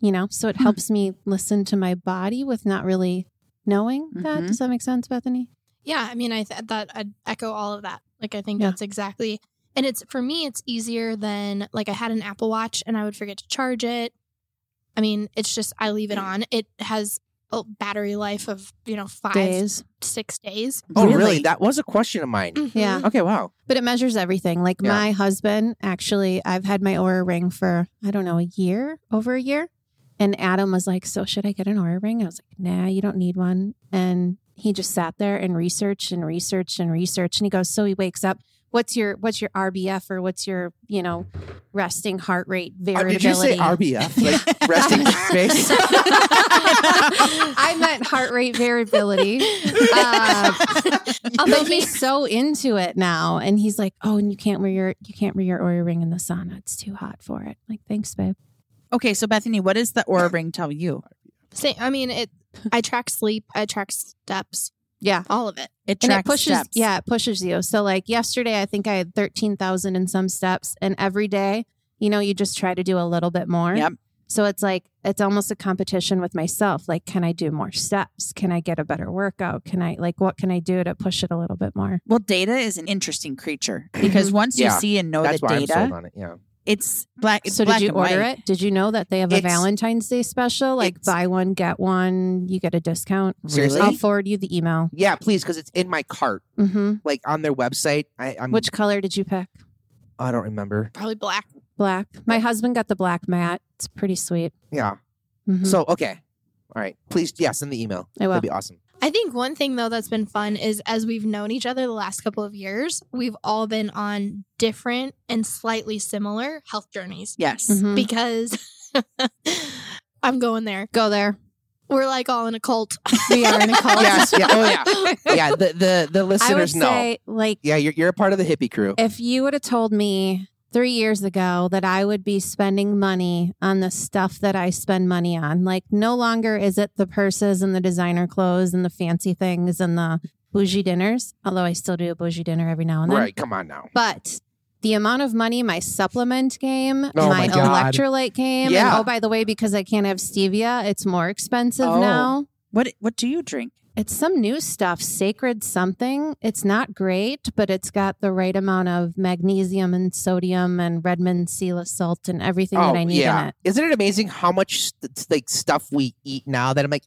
Speaker 4: you know, so it
Speaker 2: Hmm.
Speaker 4: helps me listen to my body with not really knowing that.
Speaker 2: Mhm.
Speaker 4: Does that make sense, Bethany?
Speaker 5: Yeah, I mean, I th- that I'd echo all of that. Like, I think
Speaker 4: Yeah.
Speaker 5: that's exactly. And it's for me, it's easier than like I had an Apple Watch and I would forget to charge it. I mean, it's just I leave it
Speaker 4: Mm.
Speaker 5: on. It has a battery life of you know five
Speaker 4: Days.
Speaker 5: six days.
Speaker 1: Oh, really? Mm. That was a question of mine.
Speaker 4: Mm-hmm. Yeah.
Speaker 1: okay, wow.
Speaker 4: But it measures everything. Like
Speaker 1: Yeah.
Speaker 4: my husband, actually, I've had my aura ring for, I don't know, a year, over a year. And Adam was like, So should I get an aura ring? I was like, Nah, you don't need one. And he just sat there and researched and researched and researched. And he goes, So he wakes up. What's your what's your RBF or what's your you know resting heart rate
Speaker 1: Uh,
Speaker 4: variability?
Speaker 1: Did you say RBF? Like resting space?
Speaker 2: Uh,
Speaker 4: I meant heart rate variability. Uh, although he's so into it now, and he's like, "Oh, and you can't wear your you can't wear your aura ring in the sauna; it's too hot for it." Like, thanks, babe.
Speaker 2: Okay, so Bethany, what does the aura ring tell you?
Speaker 5: Same, I mean, it. I track sleep. I track steps.
Speaker 4: Yeah,
Speaker 5: All of it.
Speaker 2: It
Speaker 4: and
Speaker 2: tracks
Speaker 4: it pushes.
Speaker 2: steps.
Speaker 4: Yeah, it pushes you. So, like yesterday, I think I had thirteen thousand and some steps, and every day, you know, you just try to do a little bit more.
Speaker 2: Yep.
Speaker 4: So it's like it's almost a competition with myself. Like, can I do more steps? Can I get a better workout? Can I like what can I do to push it a little bit more?
Speaker 2: Well, data is an interesting creature because once you
Speaker 1: Mm-hmm. Yeah,
Speaker 2: see and know
Speaker 1: That's
Speaker 2: the
Speaker 1: why I'm sold
Speaker 2: data,
Speaker 1: on it. Yeah.
Speaker 2: it's black. It's
Speaker 4: so
Speaker 2: black
Speaker 4: did you
Speaker 2: and
Speaker 4: order
Speaker 2: white.
Speaker 4: it? Did you know that they have a
Speaker 2: It's-
Speaker 4: Valentine's Day special? Like
Speaker 2: it's-
Speaker 4: buy one get one, you get a discount.
Speaker 1: Seriously?
Speaker 4: I'll forward you the email.
Speaker 1: Yeah, please, because it's in my cart.
Speaker 4: hmm
Speaker 1: Like on their website. I, I'm
Speaker 4: Which color did you pick?
Speaker 1: I don't remember.
Speaker 5: Probably black.
Speaker 4: Black. My husband got the black mat. It's pretty sweet.
Speaker 1: Yeah.
Speaker 4: Mhm.
Speaker 1: So okay. All right. Please, yeah, send the email.
Speaker 4: I will.
Speaker 1: That'd be awesome.
Speaker 5: I think one thing though that's been fun is as we've known each other the last couple of years, we've all been on different and slightly similar health journeys
Speaker 2: Yes.
Speaker 4: Mhm.
Speaker 5: because I'm going there.
Speaker 4: Go there.
Speaker 5: We're like all in a cult.
Speaker 4: We are in a cult.
Speaker 1: yes. Yeah. Oh yeah. Yeah. The the, the
Speaker 4: I would
Speaker 1: listeners know.
Speaker 4: say like
Speaker 1: yeah, you're you're a part of the hippie crew.
Speaker 4: If you would have told me three years ago that I would be spending money on the stuff that I spend money on, like no longer is it the purses and the designer clothes and the fancy things and the bougie dinners, although I still do a bougie dinner every now and then.
Speaker 1: Right. Come on now.
Speaker 4: But the amount of money my supplement game,
Speaker 1: Oh my
Speaker 4: my,
Speaker 1: God.
Speaker 4: electrolyte game, and
Speaker 1: Yeah.
Speaker 4: oh, by the way, because I can't have stevia, it's more expensive
Speaker 2: Oh.
Speaker 4: now.
Speaker 2: What What do you drink?
Speaker 4: It's some new stuff, sacred something. It's not great, but it's got the right amount of magnesium and sodium and Redmond sea salt and everything
Speaker 1: Oh,
Speaker 4: that I need in it.
Speaker 1: Isn't it amazing how much st- like stuff we eat now that I'm like,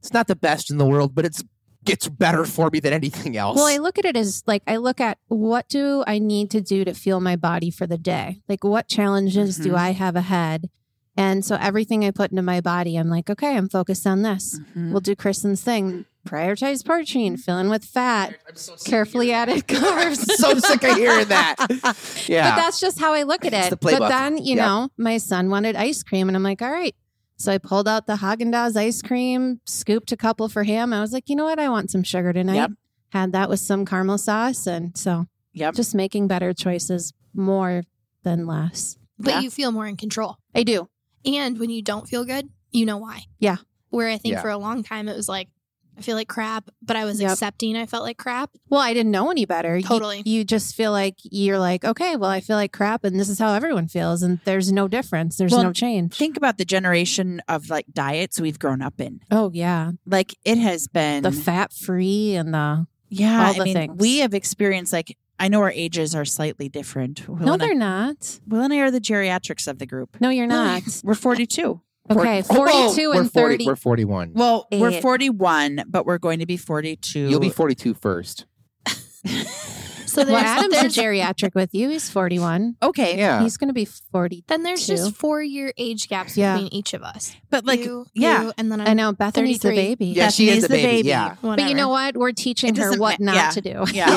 Speaker 1: it's not the best in the world, but it's gets better for me than anything else.
Speaker 4: Well, I look at it as like I look at what do I need to do to fuel my body for the day? Like what challenges do
Speaker 2: Mhm.
Speaker 4: I have ahead? And so everything I put into my body, I'm like, okay, I'm focused on this. We'll do Kristen's thing. Prioritize protein, fill in with fat, carefully added
Speaker 1: I'm
Speaker 4: carbs.
Speaker 1: so sick of hearing that.
Speaker 4: But
Speaker 1: Yeah.
Speaker 4: that's just how I look at
Speaker 1: It's
Speaker 4: it.
Speaker 1: the
Speaker 4: but
Speaker 1: playbook.
Speaker 4: then, you
Speaker 1: Yeah.
Speaker 4: know, my son wanted ice cream, and I'm like, all right. So I pulled out the Haagen Dazs ice cream, scooped a couple for him. I was like, you know what? I want some sugar tonight.
Speaker 2: Yep.
Speaker 4: Had that with some caramel sauce, and so
Speaker 2: Yep.
Speaker 4: just making better choices more than less.
Speaker 5: But
Speaker 2: Yeah.
Speaker 5: you feel more in control.
Speaker 4: I do.
Speaker 5: And when you don't feel good, you know why.
Speaker 4: Yeah.
Speaker 5: Where I think
Speaker 1: Yeah.
Speaker 5: for a long time it was like, I feel like crap, but I was
Speaker 4: Yep.
Speaker 5: accepting I felt like crap.
Speaker 4: Well, I didn't know any better. You-
Speaker 5: Totally.
Speaker 4: You, just feel like you're like, okay, well, I feel like crap, and this is how everyone feels, and there's no difference. There's
Speaker 2: Well,
Speaker 4: no change.
Speaker 2: Think about the generation of like diets we've grown up in.
Speaker 4: oh yeah,
Speaker 2: Like it has been
Speaker 4: the fat free and the
Speaker 2: yeah.
Speaker 4: all
Speaker 2: I
Speaker 4: the
Speaker 2: mean,
Speaker 4: things.
Speaker 2: we have experienced like I know our ages are slightly different. Will
Speaker 4: no,
Speaker 2: and I-
Speaker 4: they're not.
Speaker 2: Will and I are the geriatrics of the group.
Speaker 4: No, you're
Speaker 2: No,
Speaker 4: not.
Speaker 2: We're forty two.
Speaker 4: Okay,
Speaker 1: Whoa,
Speaker 4: 42
Speaker 1: we're
Speaker 4: and
Speaker 1: 40
Speaker 4: 30.
Speaker 1: We're 41.
Speaker 2: Well, we're
Speaker 4: Eight.
Speaker 2: forty one, but we're going to be forty two.
Speaker 1: You'll be 42 first.
Speaker 5: So
Speaker 4: well,
Speaker 5: there's,
Speaker 4: Adam's a
Speaker 5: there's,
Speaker 4: geriatric with you. He's 41.
Speaker 2: okay.
Speaker 1: Yeah.
Speaker 4: He's going to be 40.
Speaker 5: then there's
Speaker 4: Two.
Speaker 5: just four year age gaps
Speaker 4: Yeah.
Speaker 5: between each of us.
Speaker 2: But like
Speaker 5: You,
Speaker 2: yeah.
Speaker 5: you, and then I'm,
Speaker 4: I know Bethany's the
Speaker 5: 33.
Speaker 4: baby.
Speaker 1: yeah, she
Speaker 2: Bethany's
Speaker 1: is a
Speaker 2: the
Speaker 1: baby.
Speaker 2: baby.
Speaker 1: Yeah.
Speaker 4: But you know what? We're teaching
Speaker 2: It
Speaker 4: her
Speaker 2: doesn't
Speaker 4: what
Speaker 2: ma-
Speaker 4: not
Speaker 2: yeah.
Speaker 4: to do.
Speaker 2: Yeah.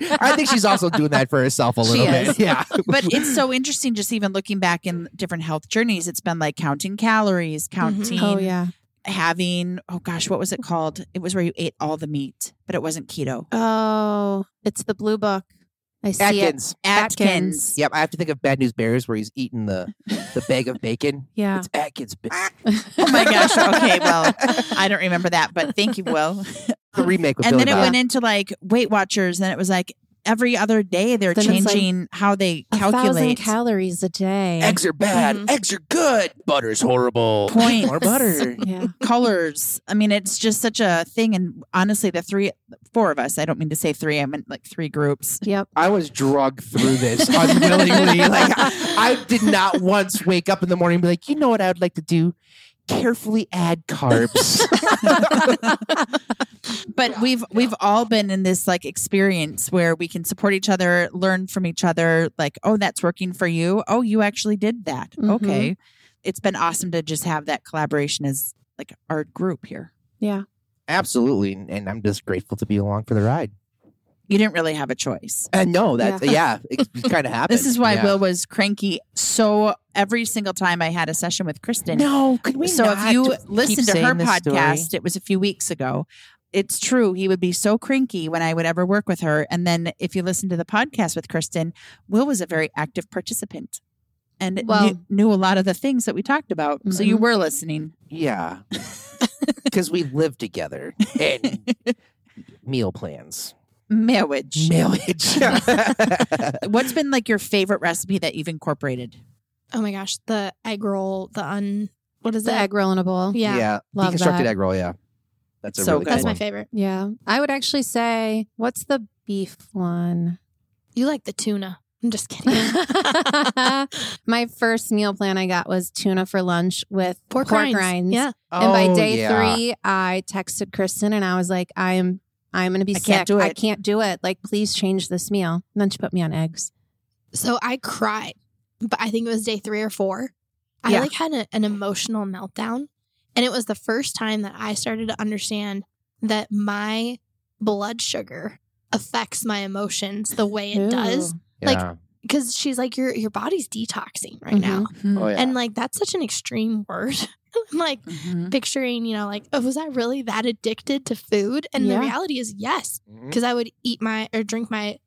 Speaker 1: yeah. I think she's also doing that for herself a
Speaker 4: She
Speaker 1: little
Speaker 4: is.
Speaker 1: bit. Yeah.
Speaker 2: but it's so interesting just even looking back in different health journeys it's been like counting calories counting
Speaker 4: Oh, yeah.
Speaker 2: having oh gosh what was it called it was where you ate all the meat but it wasn't keto
Speaker 4: Oh, it's the blue book. I see it.
Speaker 1: Atkins.
Speaker 4: Atkins.
Speaker 1: Yep, I have to think of Bad News Bears where he's eating the, the bag of bacon.
Speaker 4: Yeah.
Speaker 1: It's Atkins. ba-
Speaker 2: oh my gosh okay well i don't remember that but thank you will
Speaker 1: The remake with
Speaker 2: and
Speaker 1: Billy
Speaker 2: then it
Speaker 1: Bob.
Speaker 2: went into like weight watchers and it was like every other day they're
Speaker 4: Then it's like
Speaker 2: changing how they
Speaker 4: A thousand
Speaker 2: calculate
Speaker 4: calories a day.
Speaker 1: Eggs are bad.
Speaker 2: Mm-hmm.
Speaker 5: Mhm.
Speaker 1: Eggs are good. Butter's horrible.
Speaker 2: Points.
Speaker 1: More butter.
Speaker 4: yeah.
Speaker 2: colors i mean it's just such a thing and honestly the three four of us i don't mean to say three i meant like three groups
Speaker 4: Yep.
Speaker 1: I was drugged through this unwillingly. like I, I did not once wake up in the morning and be like, you know what I would like to do? Carefully add carbs.
Speaker 2: but we've we've all been in this like experience where we can support each other learn from each other like oh that's working for you oh you actually did that
Speaker 4: Mhm.
Speaker 2: okay it's been awesome to just have that collaboration as like our group here
Speaker 4: Yeah.
Speaker 1: Absolutely. And and I'm just grateful to be along for the ride.
Speaker 2: you didn't really have a choice
Speaker 1: And no, that's yeah, it, kind of happened.
Speaker 2: this is why
Speaker 1: Yeah.
Speaker 2: will was cranky so every single time i had a session with kristen
Speaker 1: No, could we
Speaker 2: so
Speaker 1: not
Speaker 2: if you
Speaker 1: just keep
Speaker 2: listen to her
Speaker 1: saying this story?
Speaker 2: podcast it was a few weeks ago it's true he would be so cranky when i would ever work with her and then if you listen to the podcast with kristen will was a very active participant and
Speaker 4: Well-
Speaker 2: knew, knew a lot of the things that we talked about so you
Speaker 4: Mhm.
Speaker 2: were listening
Speaker 1: Yeah. Because we live together and meal plans.
Speaker 2: marriage
Speaker 1: Marriage.
Speaker 2: what's been like your favorite recipe that you've incorporated
Speaker 5: oh my gosh, the egg roll, the un, what is
Speaker 4: The
Speaker 5: that?
Speaker 4: egg roll in a bowl.
Speaker 5: Yeah.
Speaker 4: Love
Speaker 1: Deconstructed
Speaker 4: that.
Speaker 1: egg roll, yeah. That's a
Speaker 2: So
Speaker 1: really
Speaker 2: good.
Speaker 1: good
Speaker 5: That's
Speaker 1: one.
Speaker 5: my favorite.
Speaker 4: Yeah. I would actually say, what's the beef one?
Speaker 5: You like the tuna. I'm just kidding.
Speaker 4: My first meal plan I got was tuna for lunch with
Speaker 5: Pork, rinds. Yeah.
Speaker 4: And by
Speaker 1: Oh,
Speaker 4: day
Speaker 1: yeah.
Speaker 4: three, I texted Kristen and I was like, I am I'm gonna be
Speaker 2: I
Speaker 4: sick.
Speaker 2: can't do
Speaker 4: I
Speaker 2: it."
Speaker 4: can't do it. Like, please change this meal. And then she put me on eggs.
Speaker 5: So I cried, but I think it was day three or four. I
Speaker 2: Yeah.
Speaker 5: like had a, an emotional meltdown. And it was the first time that I started to understand that my blood sugar affects my emotions the way it does.
Speaker 4: Ooh.
Speaker 5: Like,
Speaker 1: Yeah.
Speaker 5: Because she's like, your your body's detoxing right now.
Speaker 1: oh, yeah.
Speaker 5: And like, that's such an extreme word. I'm like,
Speaker 1: Mm-hmm.
Speaker 2: Mhm.
Speaker 5: picturing, you know, like, oh, was I really that addicted to food? And
Speaker 4: Yeah.
Speaker 5: the reality is yes,
Speaker 4: Mm-hmm.
Speaker 1: Mhm.
Speaker 5: because I would eat my or drink my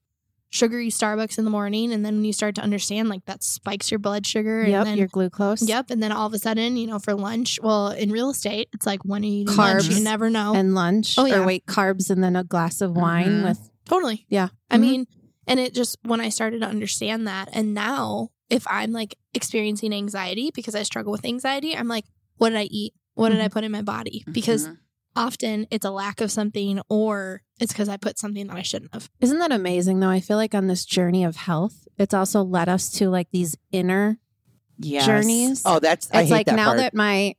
Speaker 5: sugary Starbucks in the morning. And then when you start to understand, like, that spikes your blood sugar.
Speaker 4: Yep,
Speaker 5: and then,
Speaker 4: your glucose.
Speaker 5: Yep. And then all of a sudden, you know, for lunch, well, in real estate, it's like, when are you eating lunch?
Speaker 4: Carbs
Speaker 5: You never know.
Speaker 4: And lunch.
Speaker 5: Oh, yeah.
Speaker 4: Or wait, carbs and then a glass
Speaker 1: Mm-hmm.
Speaker 4: of wine
Speaker 2: Mhm.
Speaker 4: with
Speaker 5: totally.
Speaker 4: yeah.
Speaker 5: I
Speaker 4: Mhm.
Speaker 5: mean, and it just, when I started to understand that, and now if I'm like experiencing
Speaker 4: Mm-hmm.
Speaker 5: anxiety because I struggle with anxiety, I'm like, what did I eat? What did I put in my body? Because
Speaker 2: Mhm.
Speaker 5: often it's a lack of something or it's because I put something that I shouldn't have.
Speaker 4: Isn't that amazing though? I feel like on this journey of health, it's also led us to like these inner
Speaker 2: Yes.
Speaker 4: journeys.
Speaker 1: Oh, that's I
Speaker 4: it's
Speaker 1: hate
Speaker 4: like
Speaker 1: that
Speaker 4: now
Speaker 1: part.
Speaker 4: that my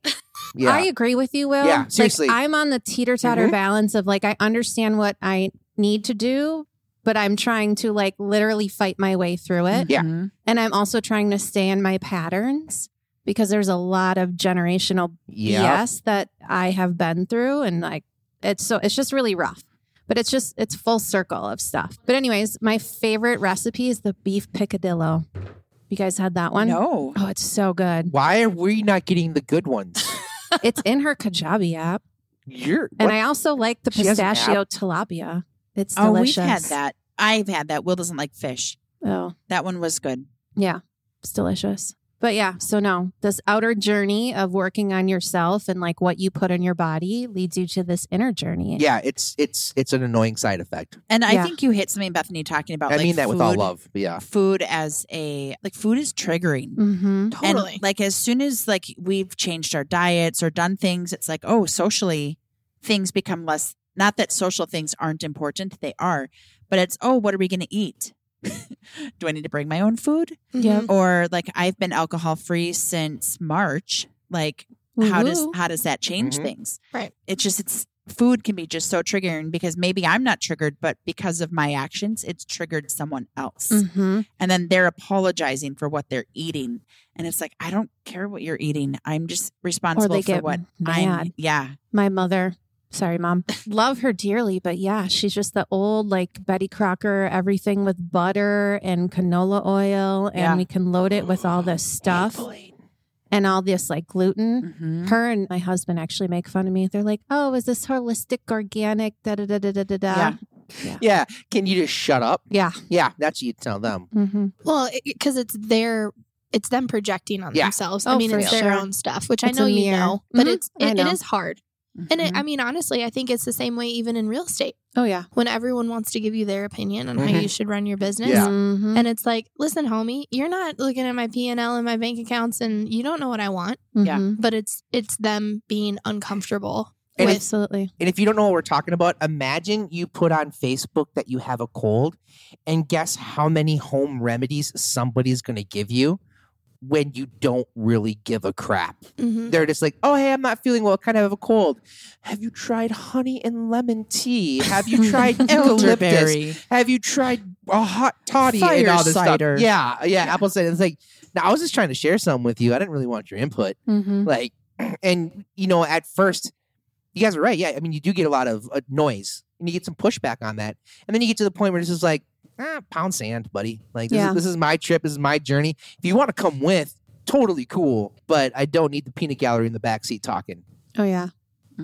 Speaker 1: yeah.
Speaker 4: I agree with you, Will.
Speaker 1: Yeah,
Speaker 4: Like,
Speaker 1: seriously.
Speaker 4: I'm on the teeter totter
Speaker 1: Mhm.
Speaker 4: balance of like I understand what I need to do, but I'm trying to like literally fight my way through it.
Speaker 1: Yeah.
Speaker 2: Mhm.
Speaker 4: And I'm also trying to stay in my patterns because there's a lot of generational
Speaker 1: yeah.
Speaker 4: BS that I have been through and like it's so it's just really rough. But it's just it's full circle of stuff. But anyways, my favorite recipe is the beef picadillo. You guys had that one?
Speaker 2: No.
Speaker 4: Oh, it's so good.
Speaker 1: Why are we not getting the good ones?
Speaker 4: it's in her Kajabi app.
Speaker 1: You're
Speaker 4: And
Speaker 1: what?
Speaker 4: I also like the
Speaker 1: She has an app?
Speaker 4: pistachio tilapia. It's
Speaker 2: Oh,
Speaker 4: delicious.
Speaker 2: we've had that. I've had that. Will doesn't like fish.
Speaker 4: Oh,
Speaker 2: That one was good.
Speaker 4: yeah. It's delicious. But yeah, so no, this outer journey of working on yourself and like what you put in your body leads you to this inner journey.
Speaker 1: yeah, it's it's it's an annoying side effect.
Speaker 2: And I
Speaker 4: Yeah.
Speaker 2: think you hit something, Bethany, talking about.
Speaker 1: I
Speaker 2: like,
Speaker 1: mean that with all
Speaker 2: food-
Speaker 1: love. but Yeah.
Speaker 2: Food as a like food is triggering.
Speaker 1: Mm,
Speaker 4: Mm-hmm.
Speaker 5: Totally.
Speaker 2: And like as soon as like we've changed our diets or done things, it's like, oh, socially things become less not that social things aren't important, they are, but it's oh, what are we gonna eat? Do I need to bring my own food?
Speaker 5: Mm-hmm.
Speaker 4: Yeah.
Speaker 1: Mm.
Speaker 2: Or like I've been alcohol free since March. Like how does
Speaker 4: Woo-hoo.
Speaker 2: how does that change
Speaker 1: Mhm.
Speaker 2: things?
Speaker 5: Right.
Speaker 2: It's just it's food can be just so triggering because maybe I'm not triggered, but because of my actions, it's triggered someone else
Speaker 4: Mhm.
Speaker 2: and then they're apologizing for what they're eating and it's like i don't care what you're eating i'm just
Speaker 4: or
Speaker 2: responsible
Speaker 4: they
Speaker 2: for
Speaker 4: get
Speaker 2: what
Speaker 4: mad?
Speaker 2: i'm yeah
Speaker 4: My mother, sorry, mom, love her dearly, but yeah, she's just the old like Betty Crocker, everything with butter and canola oil, and
Speaker 2: Yeah.
Speaker 4: we can load it with all this stuff and all this like gluten.
Speaker 2: Mhm.
Speaker 4: Her and my husband actually make fun of me. They're like, "Oh, is this holistic, organic?" Da da da da da da da.
Speaker 2: Yeah.
Speaker 1: Yeah. Can you just shut up?
Speaker 4: Yeah.
Speaker 1: Yeah, that's what you tell them.
Speaker 4: Mm-hmm.
Speaker 5: Well, because it's their, it's them projecting on
Speaker 1: Yeah.
Speaker 5: themselves.
Speaker 4: Oh,
Speaker 5: I mean,
Speaker 4: for
Speaker 5: it's their
Speaker 4: sure.
Speaker 5: own stuff, which
Speaker 4: It's
Speaker 5: I know
Speaker 4: a
Speaker 5: you
Speaker 4: mirror.
Speaker 5: know, but
Speaker 4: Mhm.
Speaker 5: it's
Speaker 4: I
Speaker 5: it, it
Speaker 4: know. Mm-hmm.
Speaker 5: is hard. And it,
Speaker 2: Mhm.
Speaker 5: I mean, honestly, I think it's the same way even in real estate
Speaker 4: Oh yeah.
Speaker 5: when everyone wants to give you their opinion on how
Speaker 1: Mhm.
Speaker 5: you should run your business.
Speaker 1: Yeah.
Speaker 4: Mm-hmm.
Speaker 5: And it's like, listen, homie, you're not looking at my P and L and my bank accounts, and you don't know what I want.
Speaker 2: yeah.
Speaker 5: But it's it's them being uncomfortable.
Speaker 1: And
Speaker 5: with,
Speaker 4: Absolutely.
Speaker 1: And if you don't know what we're talking about, imagine you put on Facebook that you have a cold and guess how many home remedies somebody's going to give you when you don't really give a crap.
Speaker 2: Mm-hmm.
Speaker 5: Mhm.
Speaker 1: They're just like, "Oh, hey, I'm not feeling well. Kind of have a cold. Have you tried honey and lemon tea? Have you tried
Speaker 2: Mm-hmm.
Speaker 1: eucalyptus?
Speaker 2: elderberry
Speaker 1: Have you tried a hot toddy and
Speaker 2: Fire
Speaker 1: all this
Speaker 2: cider.
Speaker 1: stuff?" Yeah, yeah, apple cider. It's like, now I was just trying to share some with you. I didn't really want your input
Speaker 4: Mm-hmm.
Speaker 1: like and you know at first you guys are right yeah i mean you do get a lot of uh, noise and you get some pushback on that and then you get to the point where it's just like ah, pound sand buddy like this,
Speaker 4: Yeah.
Speaker 1: is, this is my trip this is my journey if you want to come with totally cool but i don't need the peanut gallery in the backseat talking
Speaker 4: Oh yeah.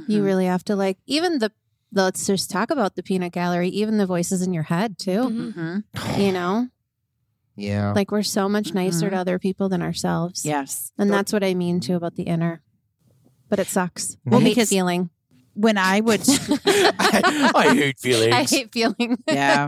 Speaker 4: You
Speaker 2: Mhm.
Speaker 4: really have to like even the. Let's just talk about the peanut gallery. Even the voices in your head too.
Speaker 5: Mhm.
Speaker 2: Mhm.
Speaker 4: You know,
Speaker 1: yeah
Speaker 4: like we're so much nicer
Speaker 2: Mhm.
Speaker 4: to other people than ourselves.
Speaker 2: yes
Speaker 4: And
Speaker 1: Don't-
Speaker 4: that's what I mean too about the inner. But it sucks.
Speaker 1: Well,
Speaker 4: I hate
Speaker 2: because-
Speaker 4: feeling.
Speaker 2: when i would
Speaker 1: I, I hate feelings
Speaker 4: I hate feeling.
Speaker 2: yeah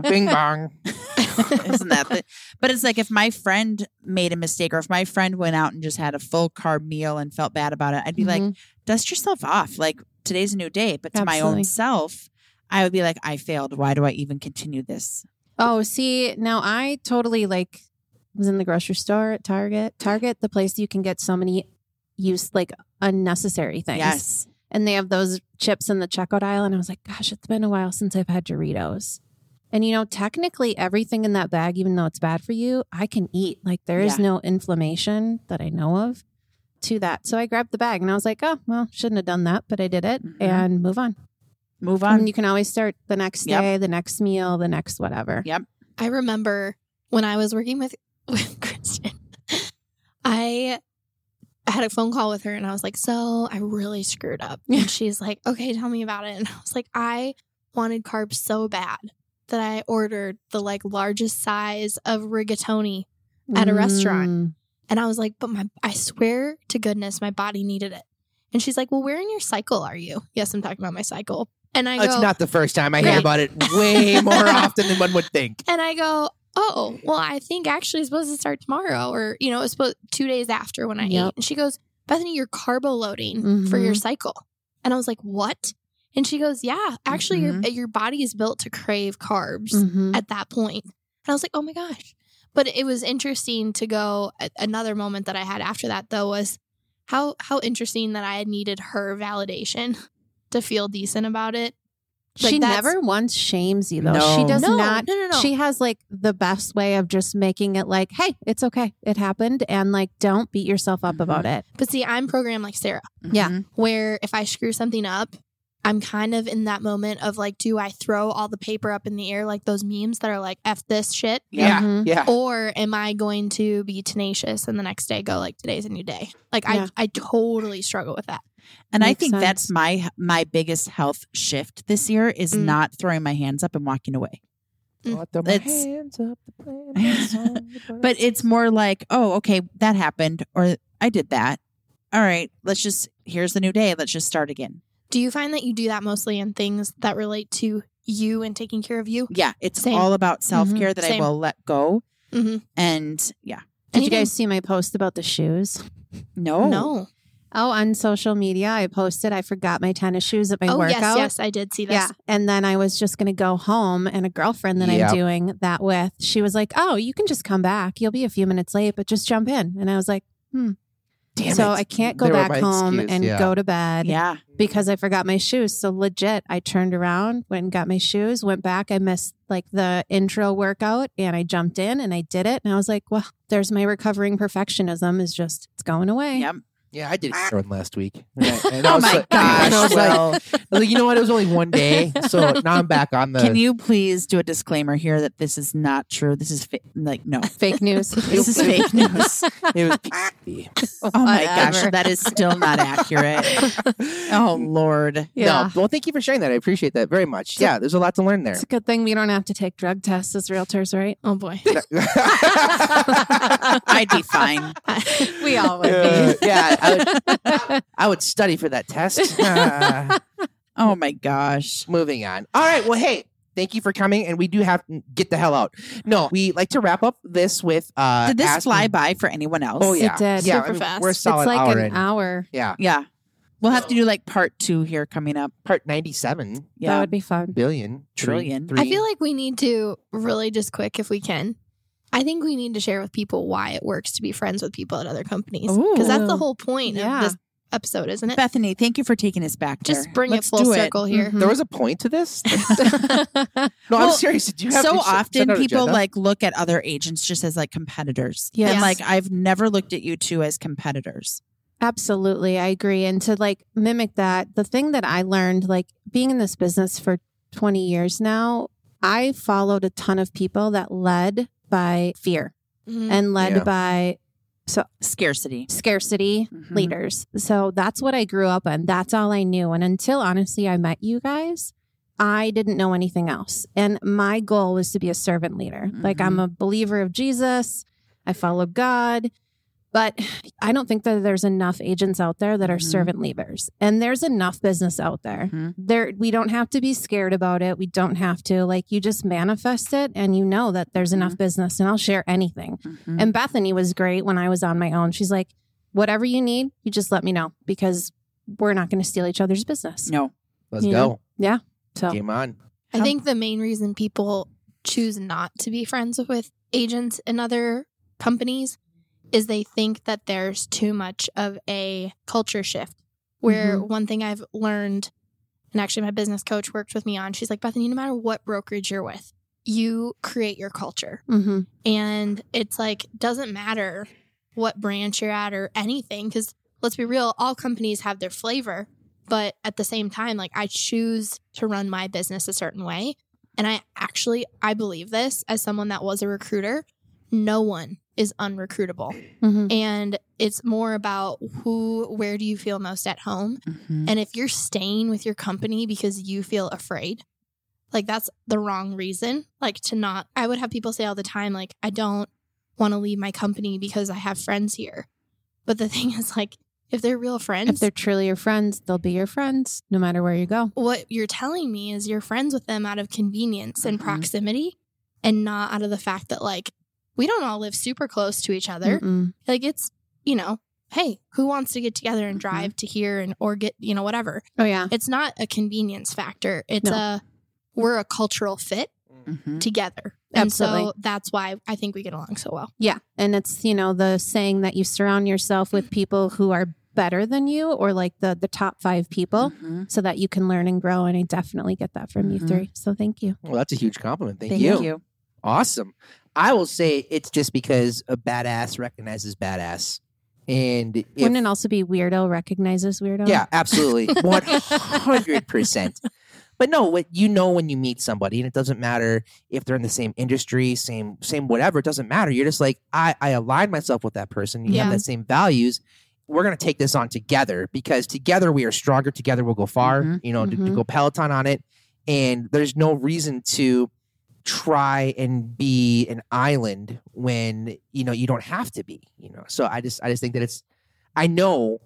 Speaker 1: bing bong
Speaker 2: isn't that the, but it's like if my friend made a mistake or if my friend went out and just had a full carb meal and felt bad about it i'd be like
Speaker 4: Mhm.
Speaker 2: dust yourself off. Like today's a new day, but to my
Speaker 4: Absolutely.
Speaker 2: own self, I would be like, I failed. Why do I even continue this?
Speaker 4: Oh, see, now I totally like was in the grocery store at Target. Target, the place you can get so many use like unnecessary things.
Speaker 2: Yes.
Speaker 4: And they have those chips in the checkout aisle. And I was like, gosh, it's been a while since I've had Doritos. And you know, technically everything in that bag, even though it's bad for you, I can eat. Like there is
Speaker 2: Yeah.
Speaker 4: no inflammation that I know of to that. So I grabbed the bag and I was like, oh, well, shouldn't have done that, but I did it
Speaker 2: Mhm.
Speaker 5: Mm-hmm.
Speaker 4: and move on.
Speaker 2: Move
Speaker 4: And
Speaker 2: on.
Speaker 4: you can always start the next
Speaker 2: Yep.
Speaker 4: day, the next meal, the next whatever.
Speaker 2: Yep.
Speaker 5: I remember when I was working with with Kristen, I I had a phone call with her and I was like, "So I really screwed up."
Speaker 4: Yeah.
Speaker 5: And she's like, "Okay, tell me about it." And I was like, "I wanted carbs so bad that I ordered the like largest size of rigatoni." At a restaurant.
Speaker 4: Mm.
Speaker 5: And I was like, "But my I swear to goodness, my body needed it." And she's like, "Well, where in your cycle are you?" Yes, I'm talking about my cycle. And I go,
Speaker 1: Oh, it's not the first time i hear
Speaker 5: Right.
Speaker 1: about it way more often than one would think
Speaker 5: And I go, oh, well, I think actually it's supposed to start tomorrow or, you know, it's supposed two days after when I
Speaker 4: Yep. Mm-hmm.
Speaker 5: ate. And she goes, Bethany, you're carbo loading for your cycle. And I was like, what? And she goes, Yeah, actually,
Speaker 4: Mm-hmm.
Speaker 5: your, your body is built to crave carbs
Speaker 4: Mhm.
Speaker 5: at that point. And I was like, Oh my gosh. But it was interesting to go. a- Another moment that I had after that, though, was how, how interesting that I had needed her validation to feel decent about it. Like,
Speaker 4: she
Speaker 5: that's-
Speaker 4: never once shames you though. She
Speaker 1: No.
Speaker 4: does
Speaker 5: no,
Speaker 4: not.
Speaker 5: No, no, no.
Speaker 4: She has like the best way of just making it like, hey, it's okay. It happened. And like, don't beat yourself up
Speaker 2: Mhm.
Speaker 4: about it.
Speaker 5: but see, I'm programmed like Sarah.
Speaker 4: Yeah.
Speaker 2: Mhm.
Speaker 5: where if I screw something up, I'm kind of in that moment of like, do I throw all the paper up in the air like those memes that are like F this shit?
Speaker 1: Yeah.
Speaker 4: Mhm.
Speaker 1: Yeah.
Speaker 5: Or am I going to be tenacious and the next day go like today's a new day? Like
Speaker 4: Yeah.
Speaker 5: I I totally struggle with that.
Speaker 2: And I
Speaker 4: Makes
Speaker 2: think
Speaker 4: sense.
Speaker 2: that's my my biggest health shift this year is
Speaker 5: Mm.
Speaker 2: not throwing my hands up and walking away.
Speaker 4: Mm.
Speaker 1: Put my
Speaker 2: It's-
Speaker 1: hands up, the plan, my song, the
Speaker 2: But
Speaker 1: plan.
Speaker 2: it's more like, oh, okay, that happened or I did that. All right, let's just here's the new day. Let's just start again.
Speaker 5: Do you find that you do that mostly in things that relate to you and taking care of you?
Speaker 2: Yeah, it's
Speaker 5: Same. Mm-hmm.
Speaker 2: all about self-care that
Speaker 5: Same.
Speaker 2: I will let go
Speaker 5: Mm-hmm.
Speaker 2: and yeah.
Speaker 4: Did you guys see my post about the shoes?
Speaker 2: No.
Speaker 5: No.
Speaker 4: Oh, on social media, I posted I forgot my tennis shoes at my
Speaker 5: oh
Speaker 4: workout.
Speaker 5: yes, yes, I did see this.
Speaker 4: Yeah. And then I was just going to go home, and a girlfriend that
Speaker 1: Yeah.
Speaker 4: I'm doing that with, she was like, Oh, you can just come back. You'll be a few minutes late, but just jump in. And I was like,
Speaker 1: Damn
Speaker 4: So
Speaker 1: it.
Speaker 4: I can't go
Speaker 1: They were
Speaker 4: back
Speaker 1: my
Speaker 4: home
Speaker 1: excuse,
Speaker 4: and
Speaker 1: yeah.
Speaker 4: go to bed
Speaker 2: Yeah.
Speaker 4: because I forgot my shoes. So legit, I turned around, went and got my shoes, went back. I missed like the intro workout and I jumped in and I did it. And I was like, Well, there's my recovering perfectionism is just, it's going away.
Speaker 2: Yep.
Speaker 1: Yeah, I did heroin last week. And I- and I
Speaker 2: Oh
Speaker 1: was
Speaker 2: my
Speaker 1: like-
Speaker 2: gosh.
Speaker 1: and I was like, I
Speaker 2: well,
Speaker 1: was like, you know what? It was only one day, so now I'm back on the.
Speaker 2: can you please do a disclaimer here that this is not true? This is fa- like no.
Speaker 4: Fake news.
Speaker 2: This is fake news.
Speaker 1: It was PCP.
Speaker 2: Oh my gosh,
Speaker 4: Whatever.
Speaker 2: that is still not accurate. Oh lord.
Speaker 4: Yeah.
Speaker 1: No, well, thank you for sharing that. I appreciate that very much. Yeah, there's a lot to learn there.
Speaker 4: It's a good thing we don't have to take drug tests as realtors, right?
Speaker 5: Oh boy.
Speaker 2: I'd be fine.
Speaker 4: We all would.
Speaker 1: Uh, yeah, I would, I would study for that test. Uh,
Speaker 2: Oh my gosh.
Speaker 1: moving on. All right. Well, hey, thank you for coming, and we do have mm, get the hell out. No, we like to wrap up this with. uh
Speaker 2: Did this
Speaker 1: ask-
Speaker 2: fly by for anyone else?
Speaker 1: Oh yeah,
Speaker 4: It did.
Speaker 1: yeah. I
Speaker 5: Super
Speaker 1: mean,
Speaker 5: fast.
Speaker 1: We're a
Speaker 5: It's
Speaker 1: solid
Speaker 4: it's like
Speaker 1: hour
Speaker 4: an
Speaker 1: in.
Speaker 4: hour.
Speaker 1: Yeah,
Speaker 2: Yeah. We'll have to do like part two here coming up.
Speaker 1: part ninety-seven
Speaker 2: Yeah.
Speaker 4: That would be fun.
Speaker 1: billion
Speaker 2: Trillion.
Speaker 5: I feel like we need to really just quick if we can. I think we need to share with people why it works to be friends with people at other companies because that's the
Speaker 4: Ooh.
Speaker 5: whole point
Speaker 4: Yeah.
Speaker 5: of this episode, isn't it?
Speaker 2: Bethany, thank you for taking us back.
Speaker 5: just
Speaker 2: there.
Speaker 5: bring
Speaker 2: Let's
Speaker 5: it full
Speaker 2: do
Speaker 5: circle here.
Speaker 1: there was a point to this.
Speaker 4: Mm-hmm.
Speaker 1: No, I'm
Speaker 2: Well,
Speaker 1: serious. Did you have
Speaker 2: So
Speaker 1: to sh- set
Speaker 2: often
Speaker 1: out an
Speaker 2: people
Speaker 1: agenda?
Speaker 2: like look at other agents just as like competitors.
Speaker 4: Yes.
Speaker 2: And like I've never looked at you two as competitors.
Speaker 4: Absolutely. I agree. And to like mimic that, the thing that I learned, like being in this business for 20 years now, I followed a ton of people that led by fear
Speaker 5: Mhm.
Speaker 4: and led
Speaker 1: Yeah.
Speaker 4: by
Speaker 2: Scarcity.
Speaker 4: scarcity
Speaker 2: Mhm.
Speaker 4: leaders. So that's what I grew up on. That's all I knew. And until honestly, I met you guys, I didn't know anything else. And my goal was to be a servant leader. Like
Speaker 2: Mhm.
Speaker 4: I'm a believer of Jesus, I follow God. But I don't think that there's enough agents out there that are
Speaker 2: Mhm.
Speaker 4: servant leaders. And there's enough business out there.
Speaker 2: Mhm.
Speaker 4: There we don't have to be scared about it. We don't have to like you just manifest it and you know that there's enough business and I'll share anything.
Speaker 2: Mhm.
Speaker 4: And Bethany was great when I was on my own. She's like, whatever you need, you just let me know because we're not going to steal each other's business.
Speaker 2: no.
Speaker 1: let's
Speaker 4: you
Speaker 1: go.
Speaker 4: know, yeah. So
Speaker 1: Game on.
Speaker 5: I think the main reason people choose not to be friends with agents in other companies is they think that there's too much of a culture shift. Where one thing I've learned, and actually my business coach worked with me on, she's like, Bethany, no matter what brokerage you're with, you create your culture.
Speaker 4: hmm
Speaker 5: And it's like, doesn't matter what branch you're at or anything. Cause let's be real, all companies have their flavor. But at the same time, like I choose to run my business a certain way. And I actually, I believe this as someone that was a recruiter, no one is unrecruitable.
Speaker 4: hmm
Speaker 5: And it's more about who, where do you feel most at home?
Speaker 2: Mhm.
Speaker 5: And if you're staying with your company because you feel afraid, like that's the wrong reason. Like to not, I would have people say all the time, like, I don't want to leave my company because I have friends here. But the thing is, like, if they're real
Speaker 4: If
Speaker 5: friends,
Speaker 4: they're truly your friends, they'll be your friends no matter where you go.
Speaker 5: what you're telling me is you're friends with them out of convenience and
Speaker 2: Mhm.
Speaker 5: proximity and not
Speaker 4: Mm-hmm.
Speaker 5: out of the fact that, like, we don't all live super close to each other.
Speaker 4: Mm-mm.
Speaker 5: Like, it's, you know, hey, who wants to get together and drive to here and or get, you know, whatever.
Speaker 4: Oh yeah.
Speaker 5: It's not a convenience factor. It's
Speaker 4: No.
Speaker 5: a we're a cultural fit Mm-hmm.
Speaker 2: Mhm.
Speaker 5: together. And so
Speaker 4: Absolutely.
Speaker 5: that's why I think we get along so well.
Speaker 4: Yeah. And it's, you know, the saying that you surround yourself with people who are better than you or like the the top 5 people
Speaker 2: Mhm.
Speaker 4: so that you can learn and grow and I definitely get that from you
Speaker 2: Mhm.
Speaker 4: three. So thank you.
Speaker 1: Well, that's a huge compliment. Thank,
Speaker 2: Thank
Speaker 1: you.
Speaker 2: you.
Speaker 1: Awesome. I will say it's just because a badass recognizes badass. And if,
Speaker 4: Wouldn't it also be weirdo recognizes weirdo?
Speaker 1: yeah, absolutely. 100%. But no, what you know when you meet somebody and it doesn't matter if they're in the same industry, same same whatever, it doesn't matter. You're just like I I align myself with that person. You have
Speaker 5: Yeah.
Speaker 1: the same values. We're going to take this on together because together we are stronger, together we'll go far,
Speaker 2: Mhm.
Speaker 1: you know, to- to
Speaker 4: Mhm.
Speaker 1: go Peloton on it and there's no reason to try and be an island when you know you don't have to be you know so i just i just think that it's i know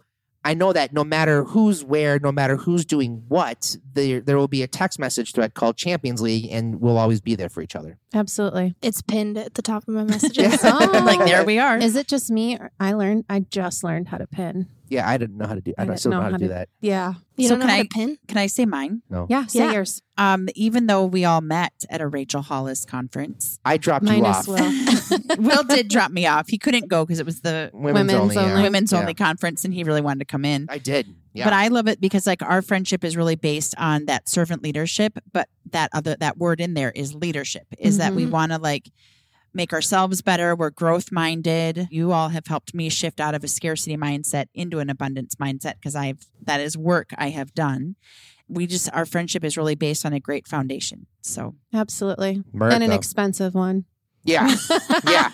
Speaker 1: i know that no matter who's where no matter who's doing what there there will be a text message thread called champions league and we'll always be there for each other
Speaker 4: Absolutely.
Speaker 5: It's pinned at the top of my
Speaker 1: Yeah.
Speaker 5: messages.
Speaker 4: Oh.
Speaker 2: like there we are.
Speaker 4: Is it just me? or- I learned I just learned how to pin.
Speaker 1: yeah i didn't know how to do i,
Speaker 4: I
Speaker 1: don't,
Speaker 4: didn't
Speaker 1: still don't
Speaker 4: know
Speaker 1: know how to do
Speaker 4: how to-
Speaker 1: that
Speaker 4: Yeah.
Speaker 5: You
Speaker 2: So
Speaker 5: don't know
Speaker 2: can
Speaker 5: how
Speaker 2: I-
Speaker 5: to pin?
Speaker 2: Can I say mine?
Speaker 4: Yeah, say
Speaker 5: Yeah.
Speaker 4: yours.
Speaker 2: Um, even though we all met at a Rachel Hollis conference,
Speaker 1: i dropped you
Speaker 4: Minus
Speaker 1: off
Speaker 4: Will.
Speaker 2: Will did drop me off. He couldn't go because it was the
Speaker 1: women's,
Speaker 4: Women's
Speaker 1: only, yeah.
Speaker 4: only.
Speaker 2: women's
Speaker 1: Yeah.
Speaker 2: only conference, and he really wanted to come in.
Speaker 1: i did yeah
Speaker 2: But I love it because like our friendship is really based on that servant leadership, but that other that word in there is leadership. Is that we
Speaker 4: Mm-hmm.
Speaker 5: Mhm.
Speaker 2: want to like make ourselves better. We're growth minded. You all have helped me shift out of a scarcity mindset into an abundance mindset because I've that is work I have done. We just our friendship is really based on a great foundation. So
Speaker 4: Absolutely.
Speaker 1: Murder,
Speaker 4: and an
Speaker 1: though.
Speaker 4: expensive one.
Speaker 1: yeah Yeah.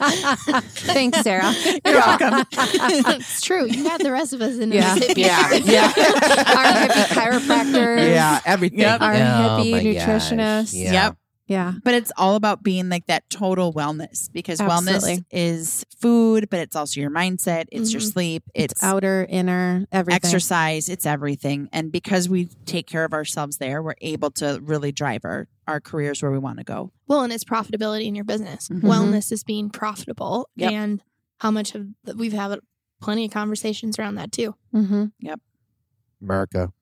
Speaker 4: Thanks, Sarah.
Speaker 2: You're welcome.
Speaker 5: Uh, it's true. You had the rest of us in
Speaker 4: Yeah.
Speaker 5: a hippie.
Speaker 1: yeah yeah
Speaker 4: Our hippie chiropractors.
Speaker 1: yeah everything
Speaker 2: Yep.
Speaker 4: Our hippie
Speaker 1: my gosh.
Speaker 4: nutritionist.
Speaker 1: yeah.
Speaker 2: Yep.
Speaker 4: Yeah.
Speaker 2: But it's all about being like that total wellness because wellness
Speaker 4: Absolutely. Mm-hmm.
Speaker 2: is food, but it's also your mindset, it's your
Speaker 5: Mhm.
Speaker 2: sleep,
Speaker 4: It's,
Speaker 2: it's,
Speaker 4: outer, inner, everything.
Speaker 2: exercise, it's everything. And because we take care of ourselves there, we're able to really drive our, our careers where we want to go.
Speaker 5: Well, and it's profitability in your business.
Speaker 2: Mhm.
Speaker 5: Wellness is being profitable,
Speaker 2: Yep.
Speaker 5: and how much of we've had plenty of conversations around that too.
Speaker 4: Mm-hmm.
Speaker 1: America.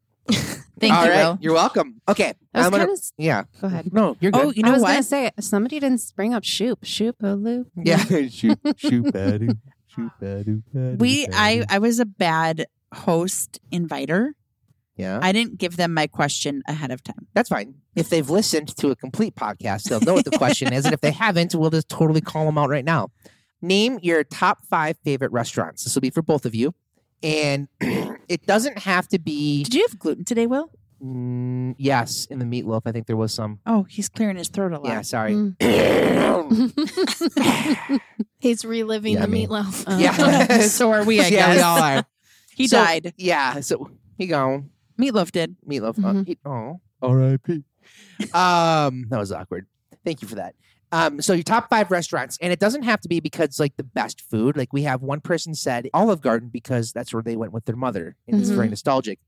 Speaker 2: Thank
Speaker 1: All
Speaker 2: you,
Speaker 1: right,
Speaker 2: Will.
Speaker 1: You're welcome. Okay.
Speaker 4: I was
Speaker 1: I'm gonna-
Speaker 4: kind of.
Speaker 1: yeah.
Speaker 4: Go ahead.
Speaker 1: No, you're
Speaker 2: Oh,
Speaker 1: good.
Speaker 2: you know
Speaker 4: I was
Speaker 2: what?
Speaker 4: gonna say somebody didn't bring up Shoop. Shoop a loop.
Speaker 1: yeah. shoot,
Speaker 6: shoot badu, shoot badu, badu,
Speaker 2: We I
Speaker 6: badu.
Speaker 2: I was a bad host inviter.
Speaker 1: Yeah.
Speaker 2: I didn't give them my question ahead of time.
Speaker 1: That's fine. If they've listened to a complete podcast, they'll know what the question is. And if they haven't, we'll just totally call them out right now. Name your top five favorite restaurants. This will be for both of you. And it doesn't have to be,
Speaker 2: Did you have gluten today, Will?
Speaker 1: Mm, yes, in the meatloaf. I think there was some.
Speaker 2: Oh, he's clearing his throat a lot.
Speaker 1: Yeah, sorry.
Speaker 4: Mm.
Speaker 5: He's reliving
Speaker 1: Yeah, I
Speaker 5: the
Speaker 1: mean-
Speaker 5: meatloaf.
Speaker 4: Uh,
Speaker 1: Yeah.
Speaker 2: so are we, I
Speaker 1: yeah,
Speaker 2: guess.
Speaker 1: we all are.
Speaker 2: He
Speaker 1: So-
Speaker 2: died.
Speaker 1: Yeah. So, he gone.
Speaker 2: Meatloaf did.
Speaker 1: Meatloaf. Uh,
Speaker 2: Mm-hmm.
Speaker 4: Mhm.
Speaker 1: he, oh.
Speaker 6: R.I.P.
Speaker 1: Um, that was awkward. Thank you for that. Um, so your top five restaurants, and it doesn't have to be because like the best food. Like we have one person said Olive Garden because that's where they went with their mother, and it's
Speaker 2: Mm-hmm.
Speaker 1: very nostalgic.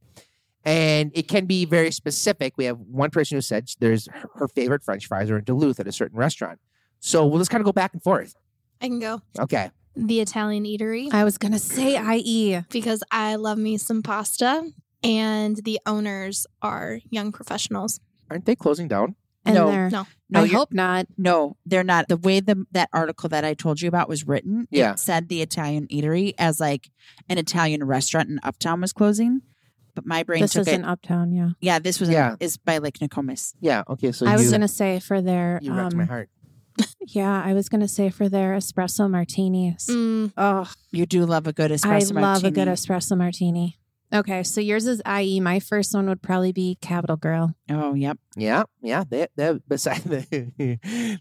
Speaker 1: And it can be very specific. We have one person who said there's her, her favorite French fries are in Duluth at a certain restaurant. So we'll just kind of go back and forth.
Speaker 5: I can go
Speaker 1: Okay.
Speaker 5: the Italian eatery
Speaker 4: I E, was gonna say IE.
Speaker 5: because I love me some pasta, and the owners are young professionals.
Speaker 1: Aren't they closing down?
Speaker 4: And
Speaker 2: No.
Speaker 4: there.
Speaker 5: No.
Speaker 2: No,
Speaker 4: I
Speaker 2: you're-
Speaker 4: hope not.
Speaker 2: No, they're not. The way the that article that I told you about was written,
Speaker 1: Yeah.
Speaker 2: it said the Italian eatery as like an Italian restaurant in Uptown was closing. But my brain
Speaker 4: This
Speaker 2: took
Speaker 4: is
Speaker 2: it.
Speaker 4: in Uptown. Yeah.
Speaker 2: yeah, this was
Speaker 1: Yeah.
Speaker 2: yeah. is by Lake Nokomis.
Speaker 1: Yeah. Okay. So
Speaker 4: I
Speaker 1: you,
Speaker 4: was gonna say for their.
Speaker 1: you wrecked my
Speaker 4: um,
Speaker 1: heart.
Speaker 4: yeah, I was gonna say for their espresso martinis.
Speaker 5: Mm,
Speaker 4: Oh,
Speaker 2: You do love a good
Speaker 4: I
Speaker 2: espresso
Speaker 4: love a
Speaker 2: martini.
Speaker 4: good espresso martini. Okay, so yours is IE. My first one would probably be Capital Girl.
Speaker 2: oh, yep.
Speaker 1: Yeah, yeah. They, they beside the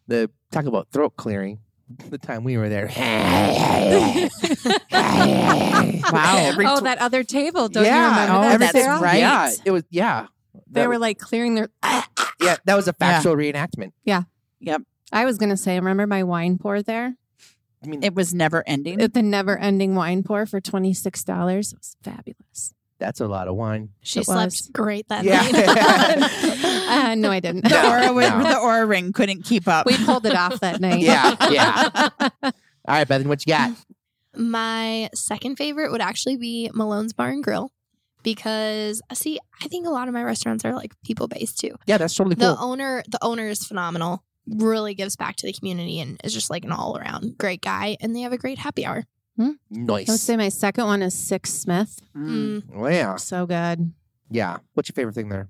Speaker 1: the talk about throat clearing. The time we were there. Eh, wow.
Speaker 4: oh, that other table. Don't
Speaker 1: yeah.
Speaker 4: you remember
Speaker 2: Oh,
Speaker 4: that?
Speaker 2: that's
Speaker 4: Sarah?
Speaker 2: right.
Speaker 1: Yeah, it was. Yeah,
Speaker 4: They
Speaker 1: That Ah.
Speaker 4: were
Speaker 1: was-
Speaker 4: like clearing their.
Speaker 1: yeah. That was a factual reenactment.
Speaker 4: I was going to say, remember my wine pour there?
Speaker 1: I mean,
Speaker 2: It was never ending.
Speaker 4: The never ending wine pour for $26. It was fabulous.
Speaker 1: that's a lot of wine.
Speaker 5: she
Speaker 4: It was.
Speaker 5: slept great that
Speaker 1: Yeah.
Speaker 5: night.
Speaker 4: uh, no, I didn't.
Speaker 2: the,
Speaker 1: No,
Speaker 2: aura, wa-
Speaker 1: no.
Speaker 2: the aura ring couldn't keep up. Mm.
Speaker 4: we pulled it off that night.
Speaker 1: Yeah, yeah. All right, Bethany, what you got?
Speaker 5: My second favorite would actually be Malone's Bar and Grill because see, I think a lot of my restaurants are like people based too.
Speaker 1: Yeah, that's totally
Speaker 5: The
Speaker 1: cool.
Speaker 5: owner, the owner is phenomenal. Really gives back to the community and is just like an all around great guy. And they have a great happy hour.
Speaker 4: I would
Speaker 1: nice.
Speaker 4: say my second one is Six Smith.
Speaker 5: Mm.
Speaker 1: Oh, yeah.
Speaker 4: So good.
Speaker 1: Yeah. What's your favorite thing there?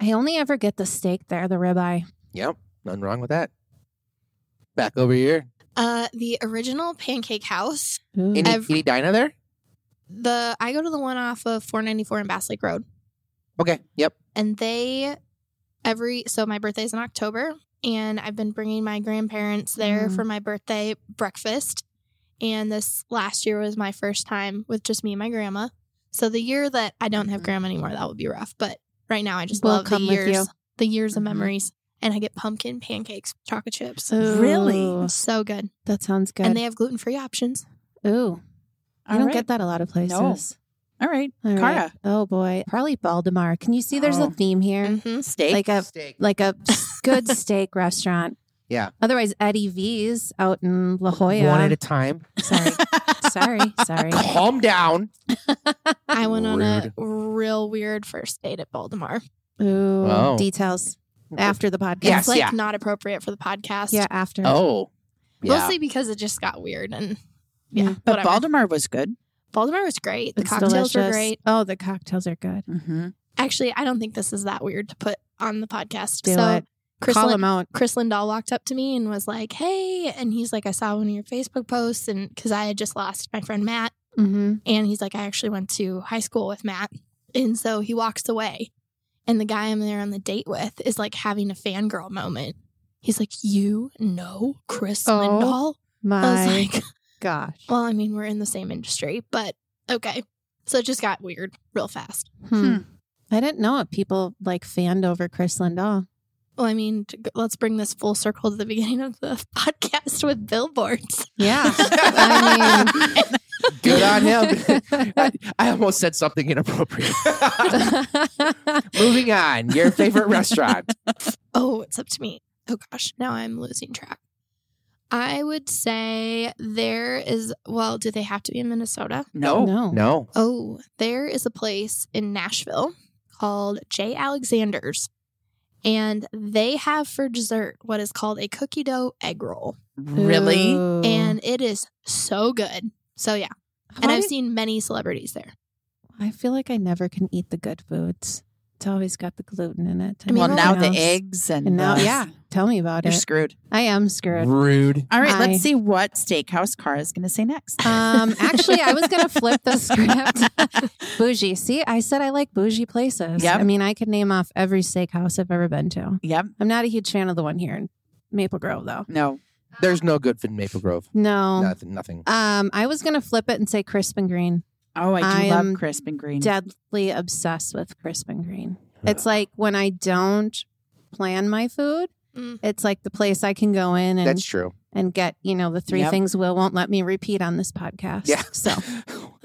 Speaker 4: I only ever get the steak there, the ribeye.
Speaker 1: Yep. Nothing wrong with that. Back over here.
Speaker 5: Uh, the original Pancake House.
Speaker 4: Ooh.
Speaker 1: Any,
Speaker 5: Ev-
Speaker 1: any diner there?
Speaker 5: The I go to the one off of 494 and Bass Lake Road.
Speaker 1: Okay. Yep.
Speaker 5: and they every so my birthday's in October and I've been bringing my grandparents there
Speaker 4: Mhm.
Speaker 5: for my birthday breakfast and this last year was my first time with just me and my grandma. So the year that I don't have
Speaker 2: Mhm.
Speaker 5: grandma anymore that would be rough, but right now I just
Speaker 4: Mm-hmm. We'll
Speaker 5: love the
Speaker 4: come with you. Mm-hmm.
Speaker 5: years the years
Speaker 2: Mhm.
Speaker 5: of memories and I get pumpkin pancakes, chocolate chips.
Speaker 4: Ooh,
Speaker 2: Really?
Speaker 5: So good.
Speaker 4: That sounds Oh, good.
Speaker 5: And they have gluten-free options.
Speaker 4: Ooh, you
Speaker 2: All
Speaker 4: don't
Speaker 2: right.
Speaker 4: get that a lot of places.
Speaker 2: All right.
Speaker 4: All right.
Speaker 2: Cara.
Speaker 4: Oh boy, probably Baldemar. Can you see? There's
Speaker 1: Oh.
Speaker 4: a theme here,
Speaker 5: Mhm.
Speaker 2: Steak.
Speaker 4: like a
Speaker 1: Steak.
Speaker 4: like a s- good steak restaurant.
Speaker 1: Yeah.
Speaker 4: Otherwise, Eddie V's out in La Jolla.
Speaker 1: One at a time.
Speaker 4: sorry, sorry, sorry.
Speaker 1: Calm down.
Speaker 5: I went on a real weird first date at Baltimore.
Speaker 4: Ooh,
Speaker 1: Wow.
Speaker 4: details after the podcast.
Speaker 1: Yes,
Speaker 5: it's like
Speaker 1: yeah.
Speaker 5: not appropriate for the podcast.
Speaker 4: Yeah, after.
Speaker 1: Oh. Yeah.
Speaker 5: Mostly because it just got weird and yeah.
Speaker 4: Mm.
Speaker 2: But
Speaker 5: whatever.
Speaker 2: Baltimore was good.
Speaker 5: Baltimore was great. The
Speaker 4: It's
Speaker 5: cocktails were
Speaker 4: delicious.
Speaker 5: great.
Speaker 4: Oh, the cocktails are good.
Speaker 2: Mm-hmm.
Speaker 5: Actually, I don't think this is that weird to put on the podcast.
Speaker 4: Do
Speaker 5: so
Speaker 4: it.
Speaker 5: Chris,
Speaker 4: Call
Speaker 5: Lin-
Speaker 4: them out.
Speaker 5: Chris Lindahl walked up to me and was like, "Hey," and he's like, "I saw one of your Facebook posts," and because I had just lost my friend Matt,
Speaker 4: Mm-hmm.
Speaker 5: and he's like, "I actually went to high school with Matt," and so he walks away, and the guy I'm there on the date with is like having a fangirl moment. He's like, "You know Chris
Speaker 4: Oh.
Speaker 5: Lindahl?" I
Speaker 4: My
Speaker 5: was like,
Speaker 4: gosh.
Speaker 5: Well, I mean, we're in the same industry, but okay. So it just got weird real fast.
Speaker 4: Hmm. I didn't know it. People like fanned over Chris Lindahl.
Speaker 5: Well, I mean, to, g- let's bring this full circle to the beginning of the podcast with billboards.
Speaker 4: Yeah. I mean,
Speaker 1: Good on him. I, I almost said something inappropriate. Moving on. Your favorite restaurant.
Speaker 5: Oh, it's up to me. Oh gosh, now I'm losing track. I would say there is, well, do they have to be in Minnesota?
Speaker 1: No.
Speaker 4: No.
Speaker 1: No.
Speaker 5: Oh, there is a place in Nashville called J. Alexander's, and they have for dessert what is called a cookie dough egg roll.
Speaker 2: Really?
Speaker 4: Ooh.
Speaker 5: and it is so good. So yeah, and
Speaker 4: Why
Speaker 5: I've
Speaker 4: do-
Speaker 5: seen many celebrities there.
Speaker 4: I feel like I never can eat the good foods. It's always got the gluten in it.
Speaker 5: I mean,
Speaker 2: well,
Speaker 5: what
Speaker 2: now the
Speaker 4: else?
Speaker 2: eggs and,
Speaker 4: And now,
Speaker 2: the-
Speaker 4: yeah, tell me about
Speaker 2: you're
Speaker 4: it.
Speaker 2: screwed.
Speaker 4: I am screwed.
Speaker 1: Rude.
Speaker 2: All right,
Speaker 4: I-
Speaker 2: let's see what steakhouse Cara is going to say next.
Speaker 4: Um, actually, I was gonna flip the script. bougie. See, I said I like bougie places.
Speaker 2: Yep.
Speaker 4: I mean, I could name off every steakhouse I've ever been to.
Speaker 2: yep.
Speaker 4: I'm not a huge fan of the one here in Maple Grove, though.
Speaker 2: No.
Speaker 1: There's no good food in Maple Grove.
Speaker 4: No.
Speaker 1: Nothing. Nothing.
Speaker 4: Um, I was gonna flip it and say Crispin Green.
Speaker 2: Oh, I do
Speaker 4: I
Speaker 2: love
Speaker 4: am
Speaker 2: crisp and green.
Speaker 4: deadly obsessed with Crispin Green.
Speaker 1: Yeah.
Speaker 4: It's like when I don't plan my food,
Speaker 5: Mm.
Speaker 4: it's like the place I can go in and
Speaker 1: That's true.
Speaker 4: and get, you know, the three
Speaker 2: Yep.
Speaker 4: things Will won't let me repeat on this podcast.
Speaker 1: Yeah.
Speaker 4: So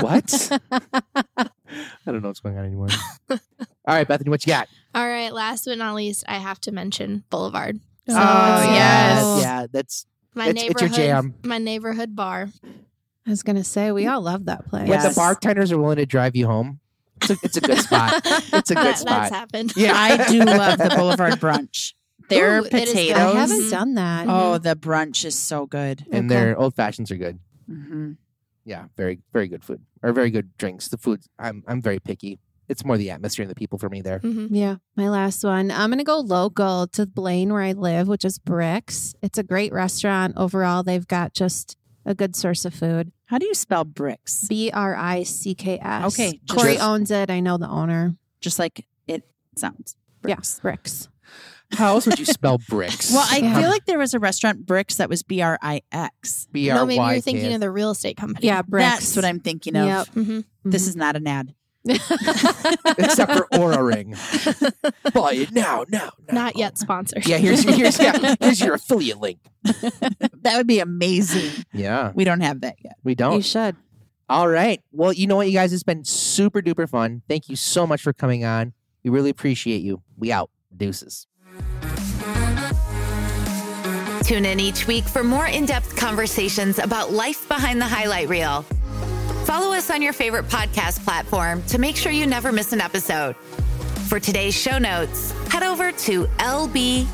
Speaker 1: what? I don't know what's going on anymore. All right, Bethany, what you got?
Speaker 5: All right, last but not least, I have to mention Boulevard,
Speaker 2: oh,
Speaker 4: Oh,
Speaker 2: yes.
Speaker 1: Yeah, that's
Speaker 5: my
Speaker 1: It's- it's
Speaker 5: neighborhood,
Speaker 1: your jam.
Speaker 5: my neighborhood bar.
Speaker 4: I was gonna say we all love that place.
Speaker 1: when
Speaker 2: Yes.
Speaker 1: the bartenders are willing to drive you home. It's a, it's a good spot. It's a good
Speaker 5: That-
Speaker 1: spot. E
Speaker 5: That's happened.
Speaker 1: Yeah,
Speaker 2: I do love the Boulevard brunch. Their
Speaker 5: Ooh, it is good.
Speaker 2: potatoes.
Speaker 4: I
Speaker 5: Those-
Speaker 4: haven't done that.
Speaker 2: Oh, the brunch is so good.
Speaker 1: And
Speaker 4: Okay.
Speaker 1: their old fashions are good.
Speaker 2: Mm-hmm.
Speaker 1: Yeah, very very good food or very good drinks. The food, I'm I'm very picky. It's more the atmosphere and the people for me there.
Speaker 5: Mhm.
Speaker 4: Yeah, my last one. I'm going to go local to Blaine, where I live, which is Bricks. It's a great restaurant overall. They've got just a good source of food.
Speaker 2: How do you spell bricks?
Speaker 4: B R I C K S.
Speaker 2: Okay, just-
Speaker 4: Corey owns it. I know the owner.
Speaker 2: Just like it sounds.
Speaker 4: Yes, bricks.
Speaker 1: How else would you spell bricks?
Speaker 2: Well, I
Speaker 4: Yeah.
Speaker 2: feel like there was a restaurant Bricks that was B R I X.
Speaker 1: B
Speaker 5: No,
Speaker 1: R
Speaker 5: maybe
Speaker 1: Y
Speaker 5: you're thinking
Speaker 1: K.
Speaker 5: of the real estate company.
Speaker 4: Yeah, bricks.
Speaker 2: That's what I'm thinking of.
Speaker 4: Yep.
Speaker 5: Mhm.
Speaker 2: This is not an ad.
Speaker 1: Except for Aura Ring. Buy it now, now, now.
Speaker 5: Not yet sponsored.
Speaker 1: Yeah, here's here's yeah, here's your affiliate link.
Speaker 2: That would be amazing.
Speaker 1: Yeah,
Speaker 2: We don't have that yet.
Speaker 1: we
Speaker 4: you
Speaker 1: don't.
Speaker 4: should.
Speaker 1: All right. Well, you know what, you guys, it's been super duper fun. Thank you so much for coming on. We really appreciate you. We out. Deuces.
Speaker 3: Tune in each week for more in depth conversations about life behind the highlight reel. Follow us on your favorite podcast platform to make sure you never miss an episode. For today's show notes, head over to lbthr.com.